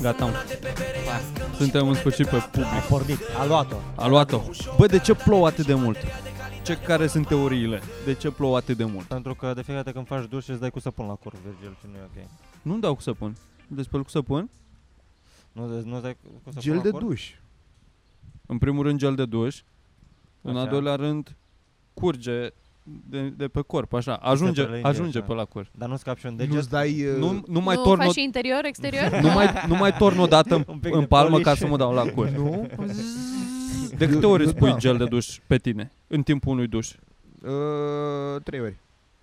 Gata, mă. Suntem în sfârșit pe public. A pornit, a luat-o. A luat-o. Bă, de ce plouă atât de mult? Ce care sunt teoriile? De ce plouă atât de mult? Pentru că de fiecare dată când faci duș îți dai cu săpun la cur, Virgil, și nu e ok. Nu-mi dau cu săpun. Despăl cu săpun? Nu, deci nu îți dai cu săpun Gel la de cur? duș. În primul rând gel de duș. În Așa. al doilea rând curge de, de pe corp, așa. Ajunge, prelege, ajunge așa. pe la cur. Dar nu scapi și un Nu-ți deget? dai... uh, Nu, nu mai nu torn o, faci și interior, exterior? nu mai, nu mai torn o dată în, Un pic în de palmă polish. ca să mă dau la cur. Nu? De câte ori Eu- îți pui da. gel de duș pe tine în timpul unui duș? Uh, trei ori.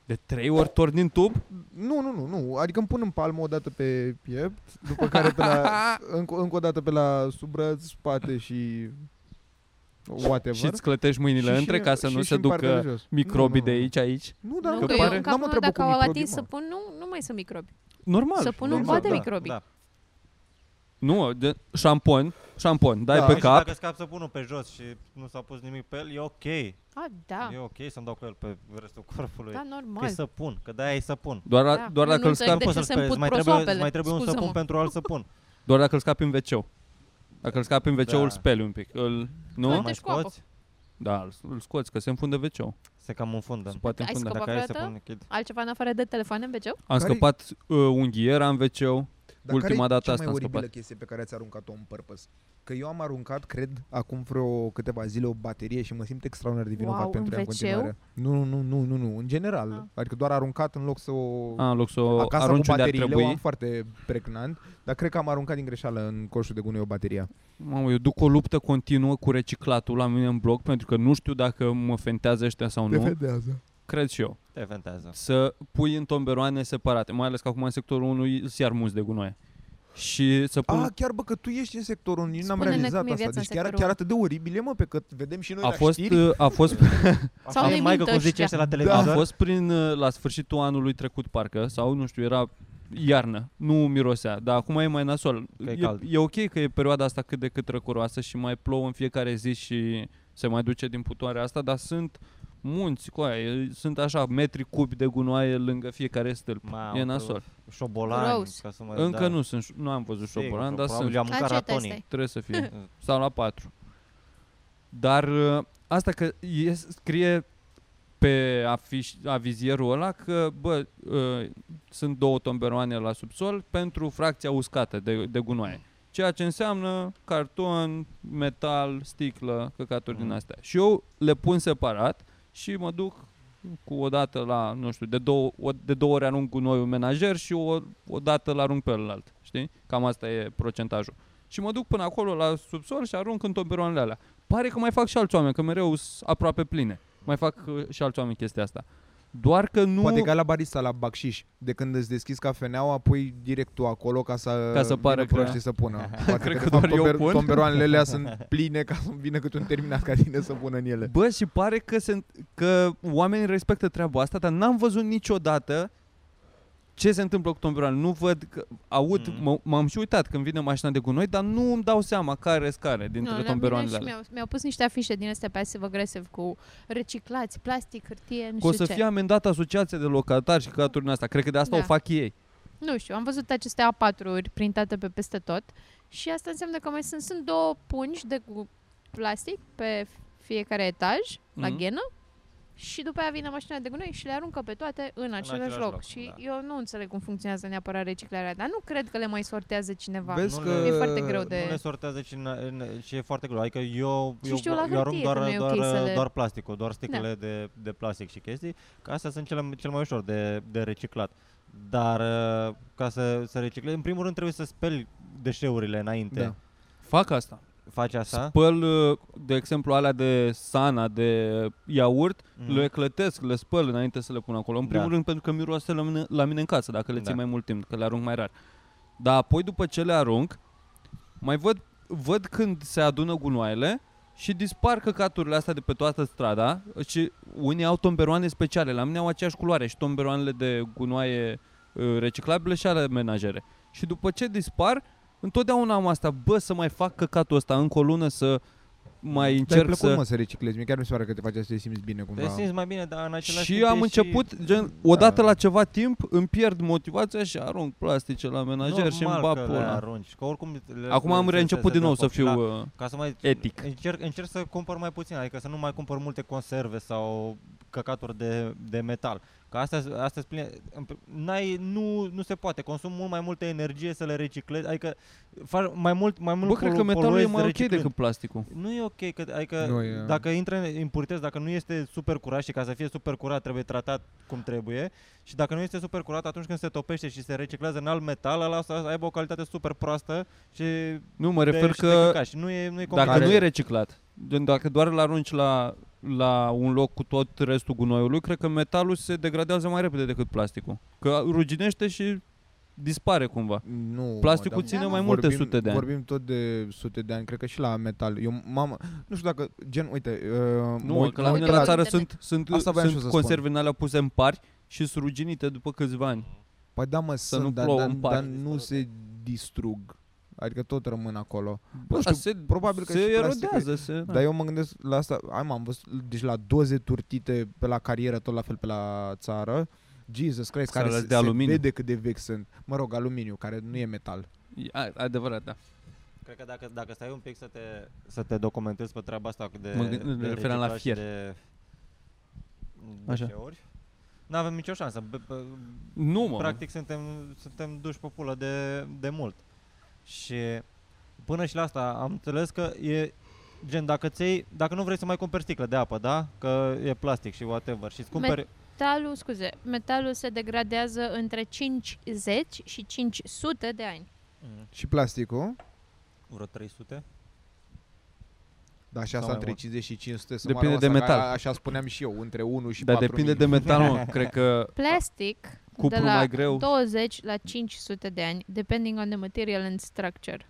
De trei ori torni din tub? Nu, nu, nu, nu. Adică îmi pun în palmă o dată pe piept, după care pe la, încă, încă o dată pe la subrăț, spate și whatever. Și îți clătești mâinile Și- între și- ca să și- nu și se în partea de ducă jos. microbii Nu, de nu, nu. aici aici. Nu, dar Nu, că că eu pare, în n-am capul meu, întrebat dacă cu au microbii, atins mă. să pun, nu, nu mai sunt microbi. Normal. Să pun un normal, coate da, microbii. Da. Nu, de, șampon, șampon, dai Da. pe Și Păi Și cap. dacă scapi săpunul pe jos și nu s-a pus nimic pe el, e ok. A, da, E ok să-mi dau cu el pe restul păi, corpului. da, Că e normal. săpun, că de-aia e săpun. Doar, Da. da. doar, Nu, dacă nu îl înțeleg scapi, de... de- ce Poți să-l se speli, îți mai împut trebuie, îți prosoapele? mai trebuie un Scuză-mă. săpun pentru alt săpun. doar dacă îl scapi în wc Dacă îl scapi în wc Da. îl speli un pic. Îl, Îl nu? Uite, mai și cu apă. scoți, Da, îl, îl scoți, că se înfundă wc se cam Da. înfundă. Se poate Ai înfunda. scăpat? Dacă ai vreodată? săpun lichid. Altceva în afară de telefoane în wc Am Care-i- scăpat uh, unghiera în wc Dar Ultima care dată e cea asta am mai oribilă scăpat. chestie pe care ați aruncat-o în purpose? Că eu am aruncat, cred, acum vreo câteva zile o baterie și mă simt extraordinar de vinovat Wow, pentru în ea în WC-ul? continuare. Nu, nu, nu, nu, nu, în general. Ah. Adică doar aruncat în loc să o... A, în loc să o Acasă Ah, arunci cu unde ar bateriile o am trebui. foarte pregnant, dar cred că am aruncat din greșeală în coșul de gunoi o bateria. Mamă, eu duc o luptă continuă cu reciclatul la mine în bloc, pentru că nu știu dacă mă fentează ăștia sau nu. fedează. Cred și eu. Te ventează. să pui în tomberoane separate, mai ales că acum în sectorul 1 îți iar mulți de gunoaie. Și să pun... A, Ah, chiar bă, că tu ești în sectorul 1, nici n-am Spune-ne realizat cum e asta. viața în Deci chiar, sectorul chiar unu. atât de oribile, mă, pe cât vedem și noi a la fost, știri. a fost, Sau Așa le e maică mint cum zice ăștia. ăștia Da. la a televizor. fost prin, uh, la sfârșitul anului trecut parcă, sau nu știu, era iarnă, nu mirosea, dar acum e mai nasol. Că e e, cald. e, ok că e perioada asta cât de cât răcoroasă și mai plouă în fiecare zi și se mai duce din putoarea asta, dar sunt munți cu aia, e- sunt așa metri cubi de gunoaie lângă fiecare stâlp. Mamă, E că nasol. Șobolani. Gross. ca să mă- Încă da. nu sunt, ș- nu am văzut Sigur, șobolan, dar sunt. probabil am mâncat Acceta ratonii. este. Trebuie să fie. Sau la 4. Dar ă, asta că e, scrie pe afiș, avizierul ăla că, bă, ă, sunt două tomberoane la subsol pentru fracția uscată de, de gunoaie. Ceea ce înseamnă carton, metal, sticlă, căcaturi din Mhm. astea. Și eu le pun separat și mă duc cu o dată la, nu știu, de două, o, de două ori arunc gunoiul menajer și o, o dată la arunc pe ălalt, știi? Cam asta e procentajul. Și mă duc până acolo la subsol și arunc în tomberoanele alea. Pare că mai fac și alți oameni, că mereu sunt aproape pline. Mai fac uh, și alți oameni chestia asta. Doar că nu... Poate ca la barista la Bacșiș, de când îți deschizi cafeneaua, pui direct tu acolo ca să, Ca să vină pară că- proștii să pună. Poate Cred de că fapt, doar eu pun. Tomberoanele alea sunt pline ca să vină cât un terminat ca tine să pună în ele. Bă, și pare că, se, că oamenii respectă treaba asta, dar n-am văzut niciodată ce se întâmplă cu tomberoanele. Nu văd, că, aud, Mhm. mm-hmm. m-am și uitat când vine mașina de gunoi, dar nu îmi dau seama care care dintre Nu, la mine tomberoanele și alea. mi-au, mi-au pus niște afișe din astea pasiv agresiv cu reciclați, plastic, hârtie, nu Că o să știu ce. fie amendată asociația de locatari și căcaturi din astea. Cred că de asta Da. o fac ei. Nu știu, am văzut aceste A4-uri printate pe peste tot și asta înseamnă că mai sunt, sunt două pungi de cu plastic pe fiecare etaj, mm-hmm. la Mhm. ghenă, și după aia vine mașina de gunoi și le aruncă pe toate în, același același loc. loc, Și da. eu nu înțeleg cum funcționează neapărat reciclarea, dar nu cred că le mai sortează cineva. Vezi Nu că... le- E foarte greu de- Nu le sortează și, în, în, și e foarte greu. Adică eu, Și eu, știu la eu arunc hârtie Da. doar, că nu e doar, ok să le- doar plasticul, doar sticlele de, de plastic și chestii, că astea sunt cele, cel mai ușor de, de reciclat. Dar uh, ca să, să reciclezi, în primul rând trebuie să speli deșeurile înainte. Da. Fac asta. Faci asta? Spăl, uh, de exemplu, alea de sana, de iaurt, Mhm. le clătesc, le spăl înainte să le pun acolo. În Da. primul rând pentru că miroase la mine, la mine în casă, dacă le Da. ții mai mult timp, că le arunc mai rar. Dar apoi, după ce le arunc, mai văd, văd când se adună gunoaiele și dispar căcaturile astea de pe toată strada și unii au tomberoane speciale. La mine au aceeași culoare și tomberoanele de gunoaie uh, reciclabile și ale menajere. Și după ce dispar, întotdeauna am asta, bă, să mai fac căcatul ăsta încă o lună să mai Dar e încerc plăcut, să... mă, să reciclezi. Mie chiar mi se pare că te face să te simți bine Te cumva. simți mai bine, dar în același Și timp am e început, și... gen, odată la ceva timp îmi pierd motivația și arunc plastice la menajer și îmi Normal bag pe că le ăla. arunci, că oricum le- Acum le- am se- se- reînceput se din nou dă să foc. Și la- fiu... uh, Ca să mai etic. Încerc, încerc să cumpăr mai puțin, adică să nu mai cumpăr multe conserve sau căcaturi de, de metal. Că astea, astea pline, în pr- n-ai, nu, nu se poate, consum mult mai multă energie să le reciclezi, adică faci mai mult, mai mult Bă, cred polu- că metalul e poluezi mai ok reciclând. decât plasticul. Nu e ok, că, adică Nu e. dacă intră în impurități, dacă nu este super curat și ca să fie super curat trebuie tratat cum trebuie și dacă nu este super curat atunci când se topește și se reciclează în alt metal, ăla o să aibă o calitate super proastă și Nu, mă de- refer și de că căcat. Deci și nu e, nu e dacă complet. nu e reciclat, gen, dacă doar îl arunci la, la un loc cu tot restul gunoiului, cred că metalul se degradează mai repede decât plasticul. Că ruginește și dispare cumva. Nu, Plasticul mă, dar ține Da, mai mă. multe sute de ani. Vorbim tot de sute de ani, cred că și la metal. Eu, mamă, nu știu dacă, gen, uite... Uh, Nu, mă mă, uit că la mă mine uit la la țară internet. sunt, sunt, Asta voiam și eu sunt să conserve în alea puse în pari și sunt ruginite după câțiva ani. Păi da, mă, să nu sunt, dar, plouă dar, în parc. dar nu se distrug. Adică tot rămân acolo. Bă, știu, se, probabil că se și plasticul e- erodează. Se, Dar eu mă gândesc la asta, ai mă, am văzut, deci la doze turtite pe la carieră, tot la fel pe la țară. Jesus Christ, Sau care alea se, de de aluminiu. se vede cât de vechi sunt. Mă rog, aluminiu, care nu e metal. E a- adevărat, da. Cred că dacă, dacă stai un pic să te, să te documentezi pe treaba asta de, Mă gând- de ne referam la reciclaj și fier. de Așa. deșeuri, nu avem nicio șansă. B- b- Nu, mă. Practic suntem, suntem duși pe pulă de, de mult. Și până și la asta am înțeles că e gen dacă ți dacă nu vrei să mai cumperi sticlă de apă, da? Că e plastic și whatever și îți cumperi Metalul, scuze, metalul se degradează între 50 și 500 de ani. Mm, Și plasticul, vreo 300. da, și asta Sau mai între mult. 50 și 500 să Depinde mă rog, de asta, metal. A, așa spuneam și eu, între 1 și Dar 4.000. depinde de metal, mă. Cred că Plastic Cuplul de la mai greu. 20 la 500 de ani, depending on the material and structure.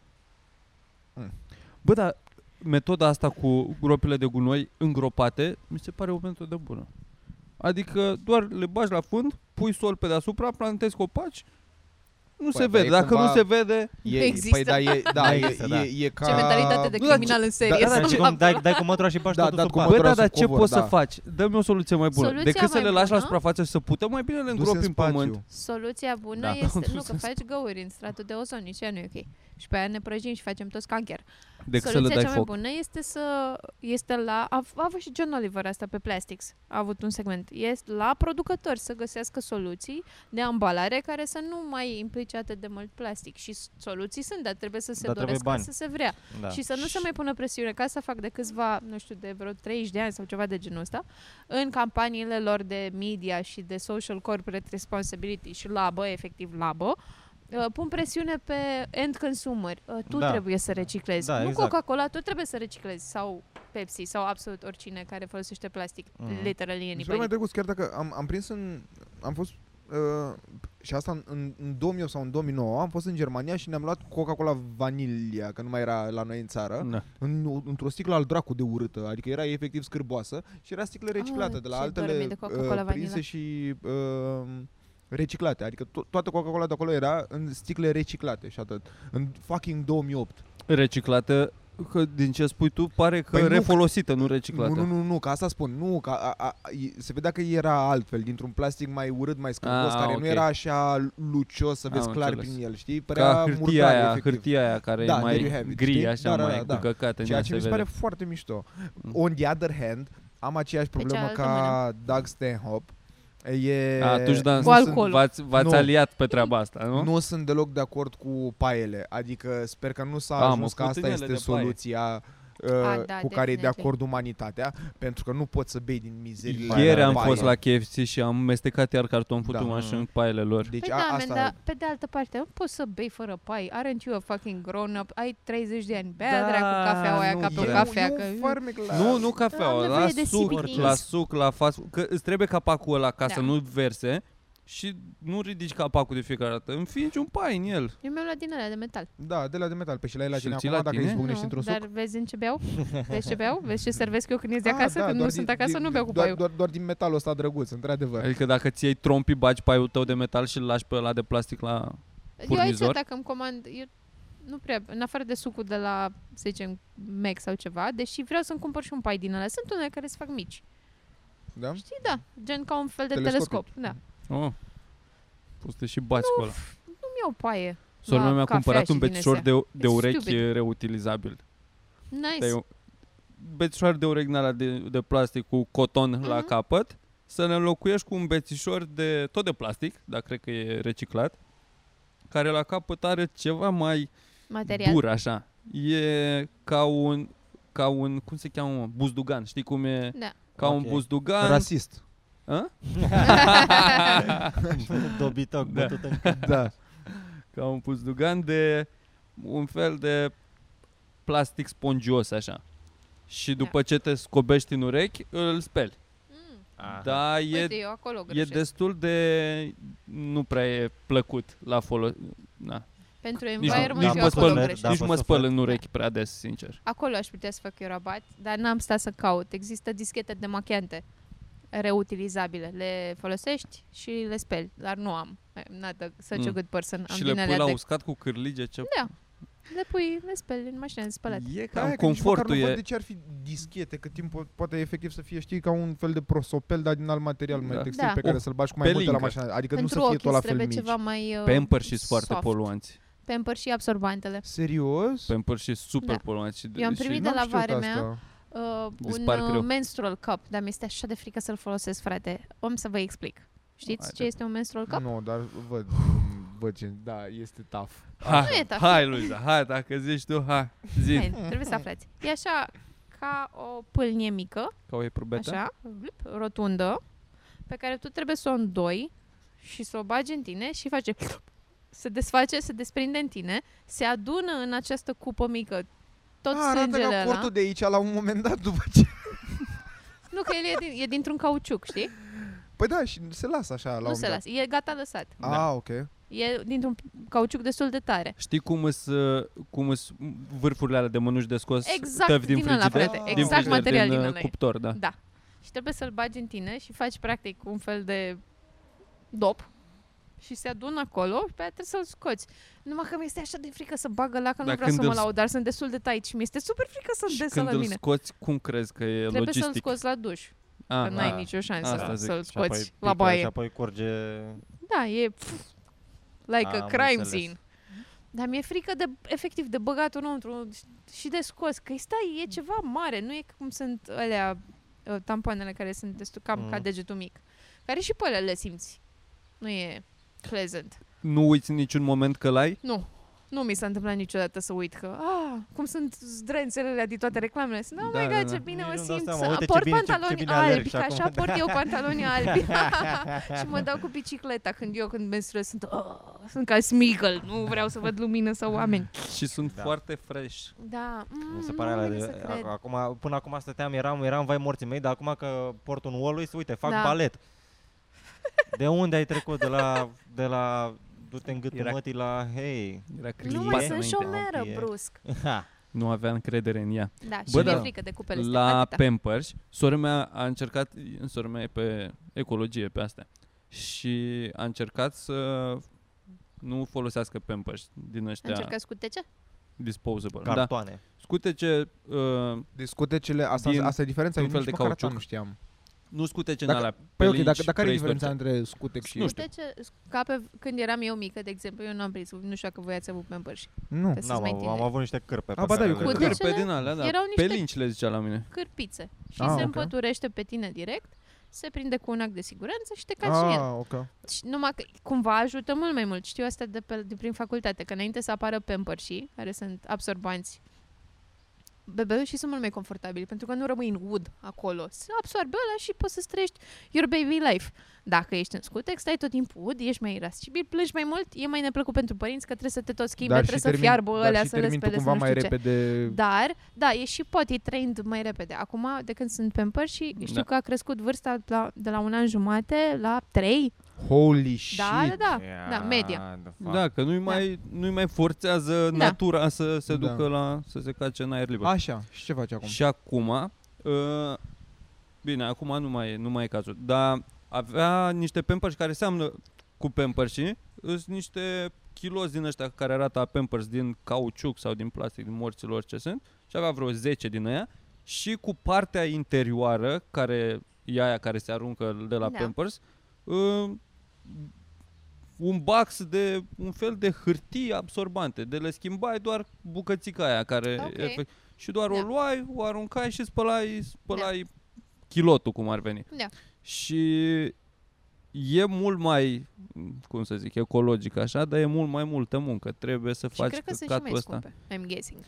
Bă, dar metoda asta cu gropile de gunoi îngropate, mi se pare o metodă bună. Adică doar le bagi la fund, pui sol pe deasupra, plantezi copaci, nu Păi, se dar e vede. Dacă cumva- nu se vede, E, Nu există. Păi da, e, da, Nu e, există, da. e, e ca... Ce mentalitate de Nu, dar ce- criminal în serie. da, Ca să și am. cum dai, dai cu mătura și bași Da, Da, totul da, sub cu apă. bă, mătura da, să dar ce cobor, poți să da. faci? Dă-mi o soluție mai bună. Soluția Decât să mai le lași la bună? suprafață să pută, mai bine le Dus în îngropi în spațiu. pământ. Soluția bună Da, este, da, nu, că faci găuri în stratul de ozon, nici ea nu e ok. Și pe aia ne prăjim și facem toți cancer. Decât Deci să le Soluția dai cea mai foc. bună este să este la... A, a avut și John Oliver asta pe Plastics. A avut un segment. Este la producători să găsească soluții de ambalare care să nu mai implice atât de mult plastic. Și s- soluții sunt, dar trebuie să se Dar trebuie doresc ca bani. să se vrea. Da. Și să nu se mai pună presiune, ca asta fac de câțiva, nu știu, de vreo 30 de ani sau ceva de genul ăsta, în campaniile lor de media și de social corporate responsibility și labă, efectiv labă, uh, pun presiune pe end consumer. Uh, Tu Da. trebuie să reciclezi. Da, nu exact. Coca-Cola, tu trebuie să reciclezi. Sau Pepsi, sau absolut oricine care folosește plastic. Mhm. Literally Mi se pare mai anybody. drăguț, chiar dacă am, am prins în... Am fost... Uh, și asta în- în, în 2008 sau în 2009 am fost în Germania și ne-am luat Coca-Cola Vanilia, că nu mai era la noi în țară, Da. Mm. în, într-o sticlă al dracu de urâtă, adică era efectiv scârboasă și era sticlă reciclată Ah, de la ce altele uh, dormi de Coca-Cola prinse vanilă. și uh, reciclate. Adică to- toată Coca-Cola de acolo era în sticle reciclate și atât. În fucking 2008. Reciclată, că din ce spui tu, pare că Păi nu, refolosită, nu reciclată. Nu, nu, nu, nu, că asta spun. Nu, că a, a, a, e- se vedea că era altfel, dintr-un plastic mai urât, mai scârbos, Ah, care ok. nu era așa lucios să vezi Am clar înțeles. prin el, știi? Părea Ca hârtia murdare, aia, efectiv. hârtia aia care Da, e there you mai have it, gri, știi? așa, Da, da, mai da. cu căcate. Ceea nu ce se mi se vede. pare foarte mișto. Mm. On the other hand, am aceeași problemă cealaltă ca Doug Stanhope. E, A, tu Dan, Cu alcoolul. v-ați, v-ați Nu. aliat pe treaba asta, nu? nu? nu sunt deloc de acord cu paiele. Adică sper că nu s-a Da, mă, ajuns că asta putinele este de paie. soluția uh, A, da, cu care e de definitely. acord umanitatea, pentru că nu poți să bei din mizerii Ieri la am paie. fost la KFC și am mestecat iar carton Da. putut da. așa în paiele lor. Deci Păi a, da, asta... asta... da, pe de altă parte, nu poți să bei fără pai. Aren't you a fucking grown-up? Ai 30 de ani. Bea Da, da, dracu cafeaua aia nu ca pe o prea. cafea. E un- că... e un farmec la... Nu, nu cafeaua, Am la nevoie de suc, CBD. la suc, la fast Că îți trebuie capacul ăla ca Da. să nu verse și nu ridici capacul de fiecare dată. Înfingi un pai în el. Eu mi-am luat din alea de metal. Da, de la de metal. Pe și la el la Și îl tine ții acum, la dacă tine? îi zbucnești Nu, într-un suc. dar vezi în ce beau? Vezi ce beau? Vezi ce servesc eu când ies de Ah, acasă? da, când nu doar sunt din- acasă, din- nu beau cu doar, paiul. doar, doar din metalul ăsta drăguț, într-adevăr. Adică dacă ți iei trompi, bagi paiul tău de metal și îl lași pe ăla de plastic la... eu aici furnizor? dacă îmi comand... Eu nu prea, în afară de sucul de la, să zicem, Mac sau ceva, deși vreau să-mi cumpăr și un pai din ăla. Sunt unele care se fac mici. Da? Știi, da, gen ca un fel de Telescopic. telescop. Da. Oh. Poți să te și bați cu ăla. Nu-mi iau paie. Sora la mea a cafea cumpărat și un din bețișor astea. de, de It's urechi stupid. reutilizabil. Nice. Dai un bețișor de urechi din ăla de, de plastic cu coton la Mhm. capăt, să ne înlocuiești cu un bețișor de tot de plastic, dar cred că e reciclat, care la capăt are ceva mai Material. dur așa. E ca un ca un, cum se cheamă, mă? buzdugan, știi cum e? Da. Ca un Ok. buzdugan. Rasist. A? Dobitoc, Da. bătut în cap. Da. Ca un buzdugan de un fel de plastic spongios așa. Și după ce te scobești în urechi, îl speli. Mm. Aha. Da, e, Uite, eu acolo e greșesc. destul de... nu prea e plăcut la folos... Na. Pentru Nici, nu- environment nici, eu mă acolo spăl, da, greșesc. da. nici vă mă să spăl fac. în urechi prea des, sincer. Acolo aș putea să fac eu rabat, dar n-am stat să caut. Există dischete de machiante reutilizabile. Le folosești și le speli, dar nu am. I'm not a, such a Mm. good person. Am și din le pui alea la de... uscat cu cârlige, ce... Da. Le pui, le speli în mașină, în spălat. E Da, cam că nici măcar confortul nu văd e... de ce ar fi dischete, cât timp po- poate efectiv să fie, știi, ca un fel de prosopel, dar din alt material mai Da. textil Da. pe care O să-l bași cu mai multe la pelincă. mașină. Adică Pentru nu să fie tot ochi la îți fel trebuie mici. ceva mai... Uh, Pamper și foarte soft. poluanți. Pamper și absorbantele. Serios? Pamper și super Da. poluanți. și de- Eu am și primit de N-am la știut varea asta. mea. Uh, un Dispar uh, greu. menstrual cup, dar mi-este așa de frică să-l folosesc, frate. Om să vă explic. Știți Haide. ce este un menstrual cup? Nu, dar văd. Văd ce, da, este tough. Nu e Hai, taf. hai, Luiza, hai, dacă zici tu, hai, zi. Hai, trebuie să aflați. E așa ca o pâlnie mică, Ca o eprubetă? așa, blip, rotundă, pe care tu trebuie să o îndoi și să o bagi în tine și face se desface, se desprinde în tine, se adună în această cupă mică tot A, arată sângele ca ăla. cortul de aici la un moment dat după ce... Nu, că el e, din, e dintr-un cauciuc, știi? Păi da, și se lasă așa la un nu moment se dat. lasă. E gata lăsat. Da. Ah, ok. E dintr-un cauciuc destul de tare. Știi cum îs, uh, cum îs vârfurile alea de mănuși de scos Exact tăvi din, din ăla, frigider? frate. din Exact frigider, material din, din uh, ăla e. cuptor, da. Da. Și trebuie să-l bagi în tine și faci practic un fel de dop și se adună acolo și pe aia trebuie să-l scoți. Numai că mi-este așa de frică să bagă la că nu Dar vreau să când mă îl- laud, dar sunt destul de tight și mi-este super frică să-mi Și desă când la îl mine. scoți, cum crezi că e Trebuie logistic? să-l scoți la duș, Ah, că n-ai ah. nicio șansă Asta zic. să-l Și apoi scoți pică la Și baie. apoi curge... Da, e pf, like a, Am crime înțeles. scene. Dar mi-e frică de, efectiv de băgat înăuntru și de scos, că stai, e ceva mare, nu e cum sunt alea uh, tampoanele care sunt destul cam mm. ca Mm. degetul mic. Care și pe alea le simți. Nu e pleasant. Nu uiți niciun moment că l-ai? Nu. Nu mi s-a întâmplat niciodată să uit că, ah, cum sunt zdrențele alea din toate reclamele. Sunt, oh Da, my da, god, da. ce bine Nici o nu-mi dau simt seama. să Uite ce port bine- ce- ce pantaloni bine alerg albi, și că acum. așa port eu pantaloni albi. și mă dau cu bicicleta când eu, când menstruez, sunt, oh, sunt ca Smigel, nu vreau să văd lumină sau oameni. Și sunt Da. foarte fresh. Da, mm, Mi se pare nu alea vine să de, cred. ac- acum, până acum stăteam, eram, eram vai morții mei, dar acum că port un Wallis, uite, fac Da. balet. De unde ai trecut? De la, de la du-te în gâtul Era- mătii la hei. Era Nu clipa mai Client sunt înainte. șomeră Client. brusc. Ha. Nu avea încredere în ea. Da, și Bă, mi-e da. frică de cupele astea, La atâta. Pampers, sora mea a încercat, sora mea e pe ecologie, pe astea. Și a încercat să nu folosească Pampers din Da. ăștia Încercați cu tece? disposable. Da. Cartoane. Păi Scutece, uh, Deci scutecele, asta, Din- asta e diferența? din Eu fel de nici măcar asta cauciuc. nu știam. nu scutece în Dacă- alea. Păi ok, pelingi, dacă, dacă care e preistorice. diferența între scutec și... Nu Cu știu. tece, ca pe, când eram eu mică, de exemplu, eu n-am prins, nu știu dacă voi ați avut Pampers. Nu. Că sunteți N-am, mai avut- am tineri. avut niște cârpe. pe Ah, ba da, care eu le- cu Cu Deci cârpe ele din alea, da. erau niște- Pe linci le zicea la mine. cârpițe și Ah, se ok. împăturește pe tine direct, se prinde cu un act de siguranță și te calci în el. Ah, ok. Și numai că cumva ajută mult mai mult. Știu asta de, pe, de prin facultate, că înainte să apară pampersi, care sunt absorbanți, bebelușii sunt mult mai confortabili, pentru că nu rămâi în ud acolo. Se absorbe ăla și poți să-ți trăiești your baby life. Dacă ești în scutex, stai tot timpul ud, ești mai irascibil, plângi mai mult, e mai neplăcut pentru părinți că trebuie să te tot schimbi, trebuie să fiarbă dar alea, și să le termin tu spele, să cumva nu mai știu ce. repede... Dar, da, e și pot, e trained mai repede. Acum, de când sunt pamper și știu Da. că a crescut vârsta la, de la un an jumate la trei. Holy shit! Da, da, da, Ia, da, media. the Ah. fuck. Da, că nu-i mai, nu-i mai forțează Da. natura să se Da. ducă la, să se cace în aer liber. Așa, și ce faci acum? Și acum, uh, bine, acum nu mai, e- nu mai e cazul, dar avea niște pampers care seamănă cu pampers sunt niște kilos din ăștia care arată a Pampers din cauciuc sau din plastic, din morților ce sunt și avea vreo 10 din aia și cu partea interioară care e aia care se aruncă de la Da. Pampers uh, un box de un fel de hârtii absorbante, de le schimbai doar bucățica aia care Ok. efect, și doar o Da. luai, o aruncai și spălai, spălai chilotul cum ar veni. Da. Și e mult mai, cum să zic, ecologic așa, dar e mult mai multă muncă. Trebuie să Și faci cred că sunt și căcatul mai ăsta. scumpe. I'm guessing.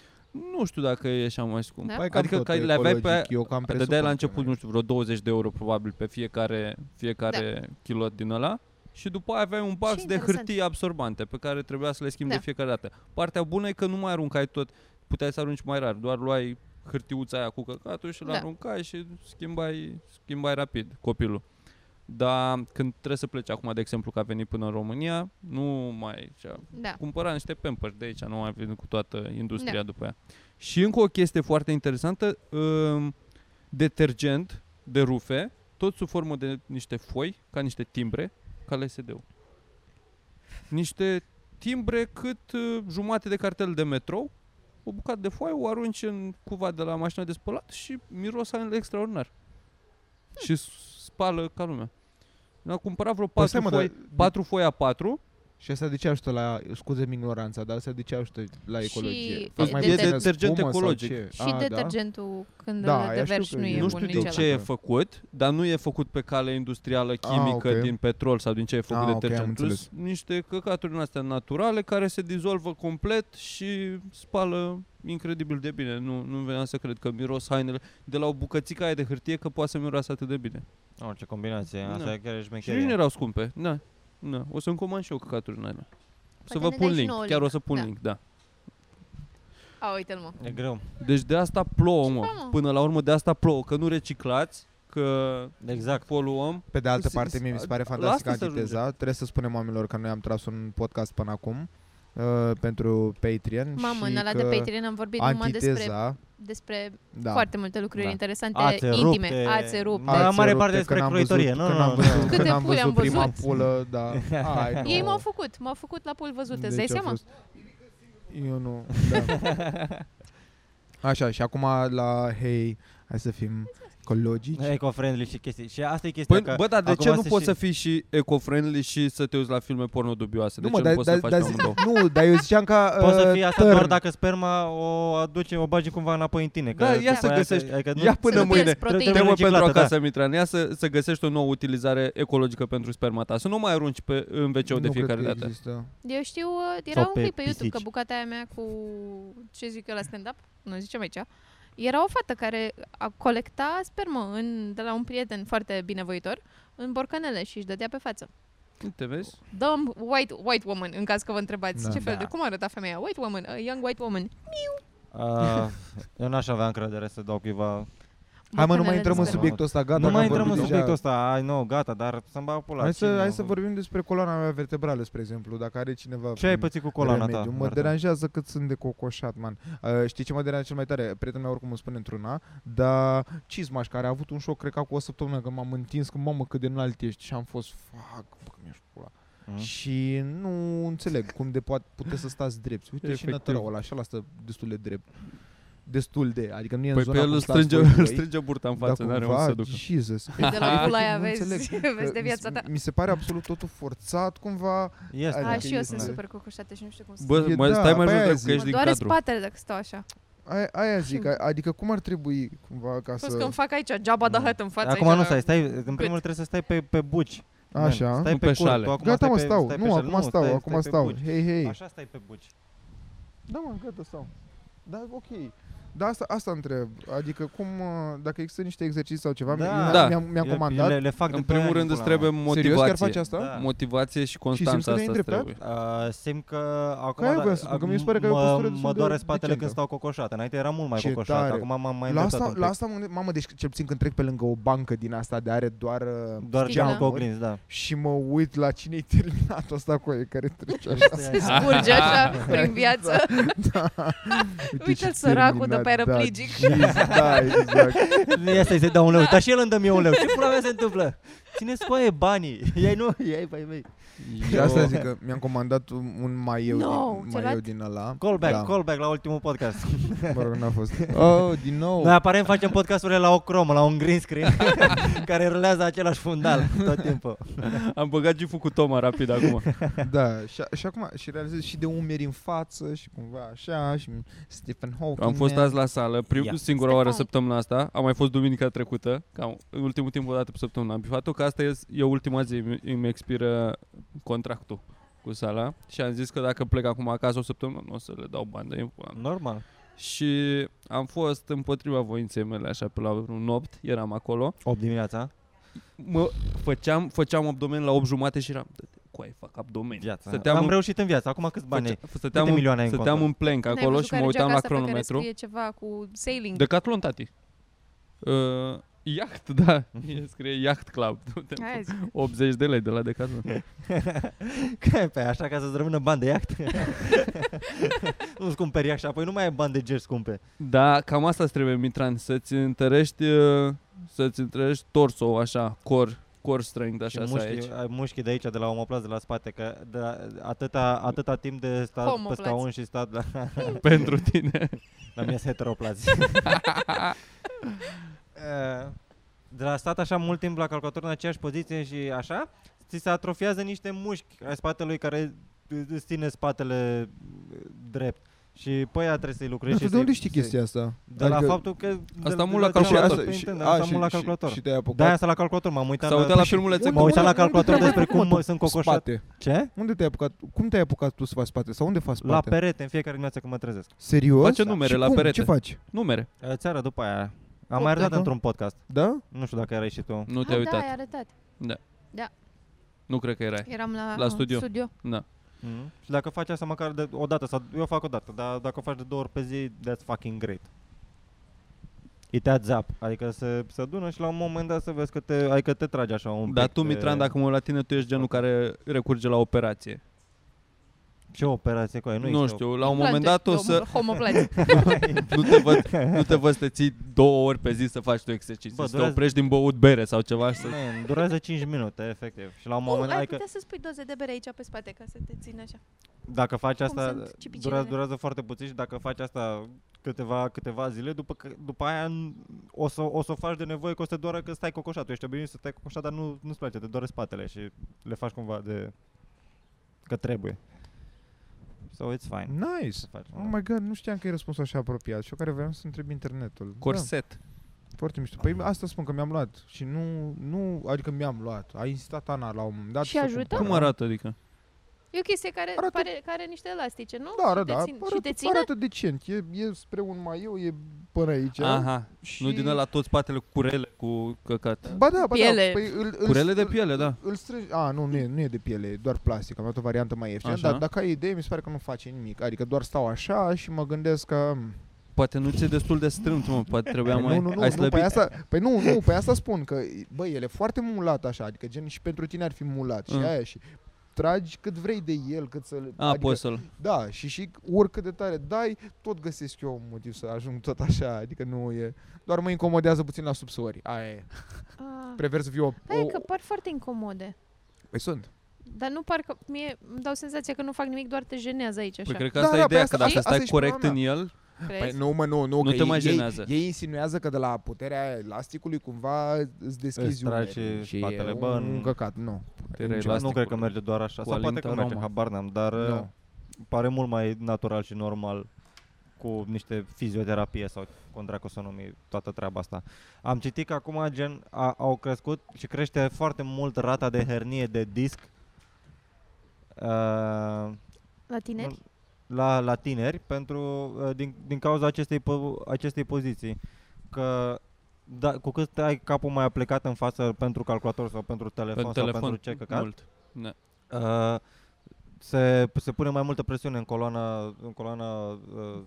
Nu știu dacă e așa mai scump. Da? Păi cam Adică tot că e le aveai pe- ecologic, eu cam Pe presupun dădeai la că început, nu nu e. știu, vreo 20 de euro probabil pe fiecare, fiecare kilot din ăla și după aia aveai un box de Da. interesant. hârtii absorbante pe care trebuia să le schimbi Da. de fiecare dată. Partea bună e că nu mai aruncai tot, puteai să arunci mai rar, doar luai hârtiuța aia cu căcatul și Da. l-aruncai și schimbai, schimbai rapid copilul. Dar când trebuie să pleci acum, de exemplu, că a venit până în România, nu mai... Și-a, Da. cumpăra niște pampers de aici, nu mai vin cu toată industria da. după aia. Și încă o chestie foarte interesantă, um, detergent de rufe, tot sub formă de niște foi, ca niște timbre, ca LSD-ul. Niște timbre cât uh, jumate de cartel de metrou, o bucată de foaie, o arunci în cuva de la mașina de spălat și miros extraordinar. Și s- spală ca lumea. Am cumpărat vreo Păi patru stai, mă, foi, dar- patru foi a patru Și asta de ce ajută la, scuze mi ignoranța, dar asta de ce ajută la Și ecologie? de- Faci de- puțină detergent spumă sau ecologic. ce? Ah, Și detergentul când Da, îl aia știu deverși că nu e e nu bun știu din niciodată. ce e făcut, dar nu e făcut pe cale industrială, chimică, Ah, ok. din petrol sau din ce e făcut Ah, ok, am detergent. Plus înțeles. niște căcaturi din astea naturale care se dizolvă complet și spală incredibil de bine. Nu, nu veneam să cred că miros hainele de la o bucățică aia de hârtie că poate să miroase atât de bine. Orice Oh, combinație, Da. asta e chiar e Și nici nu șmecherie. erau scumpe. Da. Da. O să-mi comand și eu căcaturi din alea. Să Poate vă ne pun dai Păi și link. nouă Chiar link. o să pun Da. link, da. A, uite-l mă. E greu. Deci de asta plouă, mă. fac, mă? Până la urmă de asta plouă. Că nu reciclați, că Exact. poluăm. Pe de altă Se- parte, mie mi se pare fantastic asta se antiteza. Trebuie să spunem oamenilor că noi am tras un podcast până acum uh, pentru Patreon Mamă, și în ăla că de Patreon am vorbit numai despre, antiteza, despre da. foarte multe lucruri Da. interesante, Ați intime. rupte. Ați rupt. Deci, Dar în Alții Da, mare rupte parte despre când am croitorie, văzut- nu, când nu, am nu. văzut, Câte când am pule am văzut prima văzut? pulă, da. Hai, Ei nu. m-au făcut, m-au făcut la pul văzute, îți dai Deci a seama? fost- Eu nu, da. Așa, și acum la Hei, hai să fim ecologici. Eco-friendly și chestii. Și asta e chestia Păi, că bă, dar de acum ce nu se poți și- să fii și eco-friendly și să te uiți la filme porno dubioase? De nu, mă, ce dar, nu poți dar, să faci dar, pe amândouă? nu, dar eu ziceam că uh, Poți să fie asta doar ă, turn. dacă sperma o aduce, o bagi cumva înapoi în tine. Că Da, ia să aia- găsești. Adică nu, Ia până nu mâine. pierzi proteine. Temă pentru Reciclată, da. acasă, Mitran. Ia să, să găsești o nouă utilizare ecologică pentru sperma ta. Să nu mai arunci pe, în wc de Nu cred fiecare că dată. există. Eu știu, uh, era Sau pe un clip pe YouTube, pisici. că bucata aia mea cu, ce zic eu la stand-up, nu zicem aici, era o fată care a colecta spermă în, de la un prieten foarte binevoitor în borcanele și își dădea pe față. Te vezi? Dăm white, white woman, în caz că vă întrebați Da. ce fel Da. de, cum arăta femeia, white woman, a young white woman. Ah, eu n-aș avea încredere să dau cuiva. Hai mă, nu mai Borcanele intrăm în de spermă. subiectul ăsta, gata. nu că Da, mai am intrăm în vorbit subiectul deja. ăsta, ai nou, gata, dar să-mi bag pula. Hai să, cine- hai să vorbim despre coloana mea vertebrală, spre exemplu, dacă are cineva... Ce ai vreun pățit cu coloana ta? remediu. Mă Marta? deranjează cât sunt de cocoșat, man. Uh, știi ce mă deranjează cel mai tare? Prietenul meu oricum îmi spune într-una, dar Cizmaș, care a avut un șoc, cred că acum o săptămână, că m-am întins, că mamă cât de înalt ești și am fost, fac, bă, că mi-ești pula. Mm. Și nu înțeleg cum de poate puteți să stați drept. Uite și Efectiv. nătărăul ăla, așa la stă destul de drept. Destul de, adică nu e Păi în pe zona el cum îl stați strânge, voi îl doi, strânge burta în dar față, n-are unde să se Da, cumva, ducă. Jesus. Păi De la pula aia Nu înțeleg. vezi, vezi de Mi- viața ta. Mi se pare absolut totul forțat cumva. Este. Hai, A, că și eu e sunt da. super cocoșată și nu știu cum să Bă, E mai da, stai mai pe aia jos zic. că ești Mă din doare cadru. spatele dacă stau așa. Aia, aia zic, a- adică cum ar trebui cumva ca Plus că să... îmi fac aici Jabba the Da. Hutt în față. Acum aici nu la- stai, stai, în primul rând trebuie să stai pe, pe buci. man. Așa. Stai Nu pe, pe cur, șale. tu acum Gata, stai mă, pe- stau. stai pe Nu, șale. acum stau, stai- acum stai pe stau. buci. Hei, hei. Așa stai pe buci. Da, mă, gata, stau. Da, ok. Da, asta, asta întreb. Adică cum, uh, dacă există niște exerciții sau ceva, Da. mi- Da. mi-am, mi-am Eu- comandat. Le, le fac În de trei primul ani, rând îți pula trebuie mea. Serios chiar motivație. faci asta? Da. Motivație și simți că constanța te-ai asta îți îndreptat? trebuie. Uh, simt că acum da, uh, Că aia voiam să spun, că mi se pare că e o mă- postură destul Mă de doare spatele când decentă. stau cocoșat Înainte era mult mai Ce cocoșat tare. Acum m-am mai La îndreptat asta, un pic. la asta mă gândesc, mamă, deci cel puțin când trec pe lângă o bancă din asta de are doar uh, Doar Sticlă. geamul cu oglinzi, da și mă uit la cine-i terminat ăsta cu ei care trece așa. Se scurge Ah. așa prin viață. Da. Uite-l ce săracul de terminat, paraplegic. Da, Jesus, da, exact. Ia stai să-i dau un leu Dar și el îmi dă mie un leu Ce pula mea se întâmplă? Țineți cu aia banii. Ei nu, ei pai mei. Și asta zic că mi-am comandat un- un maieu, No, din, ți-a maieu luat? din ăla. Callback, da. callback la ultimul podcast. Mă rog, n-a fost. Oh, din nou. Noi aparent facem podcasturile la o cromă, la un green screen care rulează același fundal tot timpul. Am băgat giful cu Toma rapid acum. Da, și, și acum și realizez și de umeri în față și cumva așa și Stephen Hawking. Am fost man. azi la sală, prim, Ia. singura Stai, oară hai. săptămâna asta. Am mai fost duminica trecută, că am, în ultimul timp o dată pe săptămână am bifat-o, că asta e, e ultima zi, îmi- îmi expiră contractul cu sala și am zis că dacă plec acum acasă o săptămână nu o să le dau bani de pula mea. Normal. Și am fost împotriva voinței mele așa pe la un 8, eram acolo. 8 dimineața. Mă făceam, făceam abdomen la 8 jumate și eram, "Dă-te, cu ai fac abdomen. Viața. Stăteam Am în- reușit în viață. Acum câți bani ai? făcea- stăteam, Câte milioane în, ai în stăteam cont? în plenc N-ai acolo văzut și că mă regea uitam la asta pe care cronometru. scrie ceva cu sailing. Decathlon, tati. Uh, yacht, da. E Scrie Yacht Club. Du-te-n Hai zi. 80 de lei de la Decathlon. Că pe așa ca să-ți rămână bani de iaht. Nu-ți cumperi iaht și apoi nu mai ai bani de geri scumpe. Da, cam asta îți trebuie, Mitran, să-ți întărești, uh, să-ți întărești torso, așa, core, core strength, Și așa, să ai aici. mușchii, ai mușchii de aici, de la omoplas, de la spate, că de la, atâta, atâta timp de stat pe Omoplați. scaun și stat la, pentru tine. la mine heteroplazi. Eh, de la stat așa mult timp la calculator în aceeași poziție și așa, ți se atrofiază niște mușchi ai spatelui care îți ține spatele drept. Și pe aia trebuie să-i lucrezi. Dar și tu de să-i- unde știi să-i- chestia asta? De la faptul că... Asta mult la și calculator. asta, și, Nintendo, a, asta și- mult la și- calculator. Și te-ai Da, apucat asta la calculator, m-am uitat S-a uitat la și- filmulețe unde- cu... M-am uitat la unde- unde calculator te-ai despre apucat, cum mă, sunt tu? cocoșat. Spate. Ce? Unde te-ai apucat? Cum te-ai apucat tu să faci spate? Sau unde faci spate? La perete, în fiecare dimineață când mă trezesc. Serios? Face numere și la cum? perete. Ce faci? Numere. E, Țara după aia. Am Opt, mai arătat da. într-un podcast. Da? Nu știu dacă erai și tu. Nu te-ai Ah, Da, ai uitat. arătat. Nu cred că erai. Eram la, La studio. studio. Da. Mm. Și dacă faci asta măcar de o dată, sau eu fac o dată, dar dacă o faci de două ori pe zi, that's fucking great. It adds up. Adică se, se adună și la un moment dat să vezi că te, adică te trage așa un Dar pic tu, de- Mitran, dacă mă uit la tine, tu ești genul care recurge la operație. Ce operație cu aia? Nu, Nu, există știu, la un moment dat o să... Homoplați. nu te văd, nu te văd să te ții două ori pe zi să faci tu exerciții. Bă, Bă, Da. să te durează- oprești din băut bere sau ceva. și Să... Man, durează 5 minute, efectiv. Și la un Oh, moment dat, ai adică, putea să spui doze de bere aici pe spate ca să te țină așa. dacă faci Cum asta, sunt durează, cipicilele? durează foarte puțin și dacă faci asta câteva, câteva zile, după, că- după aia n- o să, o să o faci de nevoie că o să te doară că stai cocoșat. Tu ești obișnuit să stai cocoșat, dar nu, nu-ți place, te doare spatele și le faci cumva de... că trebuie. So it's fine. Nice. Să faci. Oh my god, nu știam că e răspunsul așa apropiat și eu care vreau să întreb internetul. Corset. Da, foarte mișto. Păi asta spun că mi-am luat și nu, nu adică mi-am luat. A insistat Ana la un moment dat. Și să ajută? cumpăr. Cum arată, adică? E o chestie care, Arată- pare, care are niște elastice, nu? Da, arată, și te, da, țin, și te arată, ține? arată decent. E, e spre un maieu, e până aici. Aha, și... nu din ăla tot spatele cu curele, cu căcat. Ba da, ba Piele. da. Păi îl, îl, Curele de îl- piele, da. Îl strângi, a, nu, nu e, nu e de piele, e doar plastic, am luat o variantă mai ieftină, Așa. dar dacă ai idee, mi se pare că nu face nimic, adică doar stau așa și mă gândesc că... mm, Poate nu ți-e destul de strâmt, mă, poate trebuia Păi Nu, mai... nu, nu, ai nu, pe slăbit? asta, păi nu, nu, pe asta spun că, băi, el e foarte mulat așa, adică gen și pentru tine ar fi mulat și Mm. aia și tragi cât vrei de el, cât să... A, poți să-l... Da, și și oricât de tare dai, tot găsesc eu un motiv să ajung tot așa, adică nu e... Doar mă incomodează puțin la subsori, aia e. Ah. Prefer să fiu o... Păi, o- că par foarte incomode. Păi sunt. Dar nu par că mie îmi dau senzația că nu fac nimic, doar te jenează aici așa. Păi cred că Da, asta e da, ideea, păi că asta- dacă asta e stai și corect în problema el, Crezi? Păi nu, mă, nu, nu, Nu că te ei, mai jenează. ei, ei insinuează că de la puterea elasticului cumva îți deschizi Îți tragi umerii și spatele, e bă, un, nu. un căcat, nu. Te Nici- relaxezi. Nu Plasticul. cred că merge doar așa. Cu Sau poate alintă că merge, aromă. habar n-am, dar uh, Nu. pare mult mai natural și normal cu niște fizioterapie sau contracosonomie, toată treaba asta. Am citit că acum gen, a, au crescut și crește foarte mult rata de hernie de disc uh, La tineri? la, la tineri pentru, uh, din, din cauza acestei, po- acestei poziții. Că da, cu cât ai capul mai aplecat în față pentru calculator sau pentru telefon pentru sau telefon, pentru ce căcat, mult. Da. Uh, se, se pune mai multă presiune în coloana, în coloana uh,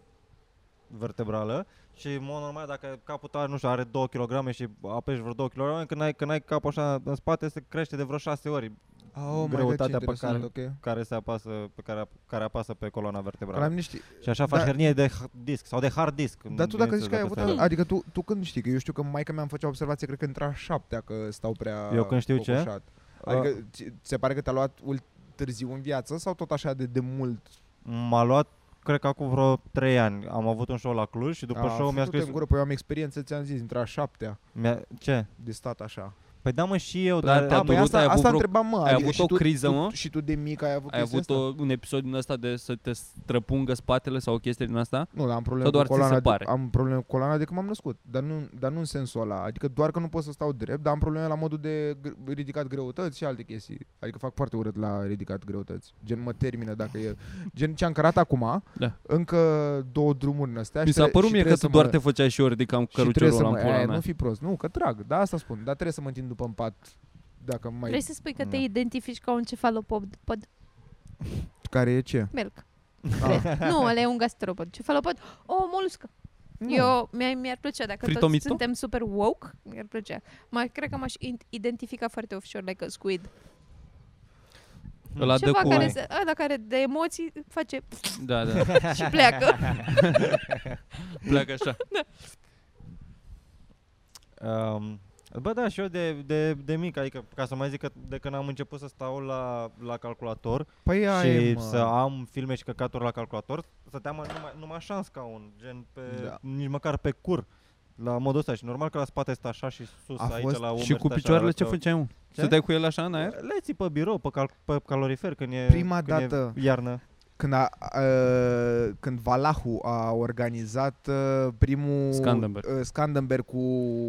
vertebrală și, în mod normal, dacă capul tău, nu știu, are 2 kg și apeși vreo 2 kg, când ai, când ai capul așa în spate, se crește de vreo 6 ori Oh, Greutatea pe interesant, care- ok. care se apasă pe care, ap- care apasă pe coloana Că la vertebrală. mine știi, Și așa faci Da. hernie de h- disc sau de hard disk. dar tu dacă zici că ai avut, bineînțeles, dacă adică tu, tu când știi, că eu știu că maica mea îmi făcea observație, cred că intra șaptea că stau prea Eu când știu ce? cocoșat. Adică ți, ți se pare că te-a luat ult- târziu în viață sau tot așa de, de mult? se- M-a luat cred că acum vreo 3 ani. Am avut un show la Cluj și după A, show mi-a făcut-te scris... În gură, păi eu am experiență, ți-am zis, intra șaptea Mi-a, ce? de stat așa. Păi da mă și eu, Dar dar... te-a am- păi durut, asta, ai avut asta vreo- întreba, mă. ai adică avut și o tu, criză, tu, mă? Și tu de mic ai avut Ai chestia avut o, asta? un episod din asta de să te străpungă spatele sau o chestie din asta? Nu, dar am probleme Sau doar cu ți se coloana, pare? de, am probleme cu coloana de când m-am născut, dar nu, dar nu în sensul ăla, adică doar că nu pot să stau drept, dar am probleme la modul de gr- ridicat greutăți și alte chestii, adică fac foarte urât la ridicat greutăți, gen mă termină dacă e, gen ce am cărat acum, Da. încă două drumuri în astea Mi și s-a tre- părut și mie că trebuie tu să doar mă, te făceai și ori de cam și trebuie căruciorul să ăla în mă, pula aia, mea. nu fi prost, nu, că trag, da, asta spun, dar trebuie să mă întind după în pat, dacă mai, Vrei să spui că te Da. identifici ca un cefalopod pod, care e ce? melc. Ah, nu, ăla e un gasteropod. Cefalopod, o moluscă. nu. Eu, mi-ar, mi-ar plăcea, dacă toți Fritomito? suntem super woke, mi-ar plăcea. Mă, cred că m-aș in- identifica foarte offshore, like a squid. Ăla dă Ceva cu... care, se, ăla care de emoții face Da, da, și pleacă. pleacă așa. Um, bă, da, și eu de, de, de mic, adică ca să mai zic că de când am început să stau la, la calculator Păi aia și e, e, mă. să am filme și căcaturi la calculator, stăteam numai, numai șans ca un gen pe, Da. da. nici măcar pe cur. La modul ăsta și normal că la spate stă așa și sus A aici fost- la umeri Și cu stă așa, picioarele ce arată- făceai, mă? Ce? Stăteai cu el așa în aer? Le ții pe birou, pe, cal- pe calorifer când e Prima când e dată- iarnă. Când, a, a, când Valahu a organizat a, primul Skandenberg. a, Skandenberg cu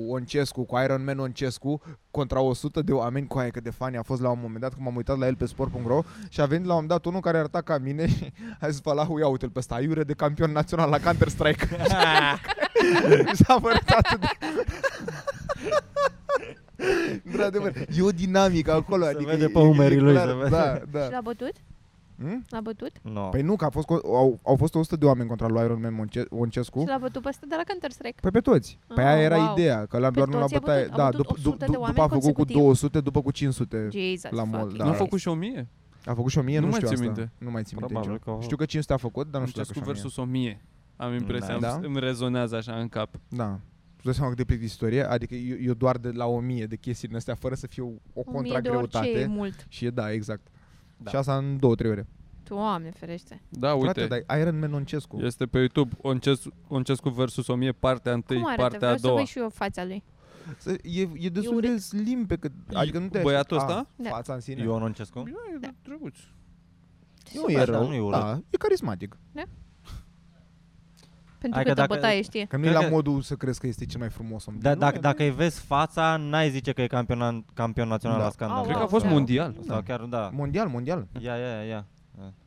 Oncescu, cu Iron Man Oncescu, contra 100 de oameni cu aia că de fani a fost la un moment dat, când m-am uitat la el pe sport.ro și a venit la un moment dat unul care arăta ca mine și a zis Valahu, ia uite-l pe ăsta, aiure de campion național la Counter-Strike. Mi S-a părut atât de... Într-adevăr, e o dinamică acolo. Se adică vede e- pe e- e umerii lui, clar, se vede. Da, da. și l-a bătut? Hmm? L-a bătut? No. Păi nu, că a fost, co- au, au fost 100 de oameni contra lui Iron Man Monce- Și Oncescu. l-a bătut pe ăsta de la Counter-Strike. Păi pe toți. Păi Ah, aia era wow. ideea, că l-am Pe doar nu la toți a bătaie. bătut- a Da, bătut după, 100 după, de oameni după a făcut cu consecutiv. 200, după cu 500. Jesus La mall, fucking Nu a da. Christ. făcut și o mie? A făcut și 1000, nu, Nu mai știu țin asta. minte. Nu mai țin minte Probabil nicio. că... Știu că 500 a făcut, dar nu știu Oncescu dacă versus... versus 1000. Am impresia, Da. da. îmi rezonează așa în cap. Da. Tu dai seama că de plic de istorie, adică eu, eu doar de la 1000 de chestii din astea, fără să fiu o O mie de orice e contragreutate. mult. Și e da, exact. Da. Și asta în 2-3 ore. Doamne ferește. Da, uite, Frate, dar Iron Man Oncescu. este pe YouTube Oncescu, Oncescu versus 1000, partea 1, Cum arată? Păi, partea a Vreau să doua. văd și eu fața lui. Să- E, e destul urât. de limpe, că, adică nu te Băiatul aștept- ăsta? A, Da. fața în sine. Ion Oncescu? Bine, e Da. drăguț. Nu e Super, da, rău, nu e urât. da, e carismatic. Pentru Hai că că te dacă- bătaie, știe. Că nu e Cred la că- modul să crezi că este cel mai frumos om. Da, Nu dacă, e, dacă îi vezi fața, n-ai zice că e campion, campion național Da. la scandal. Au, Cred că a au, fost da. mondial. Sau chiar, da. Mondial, mondial. Ia, ia, ia, ia.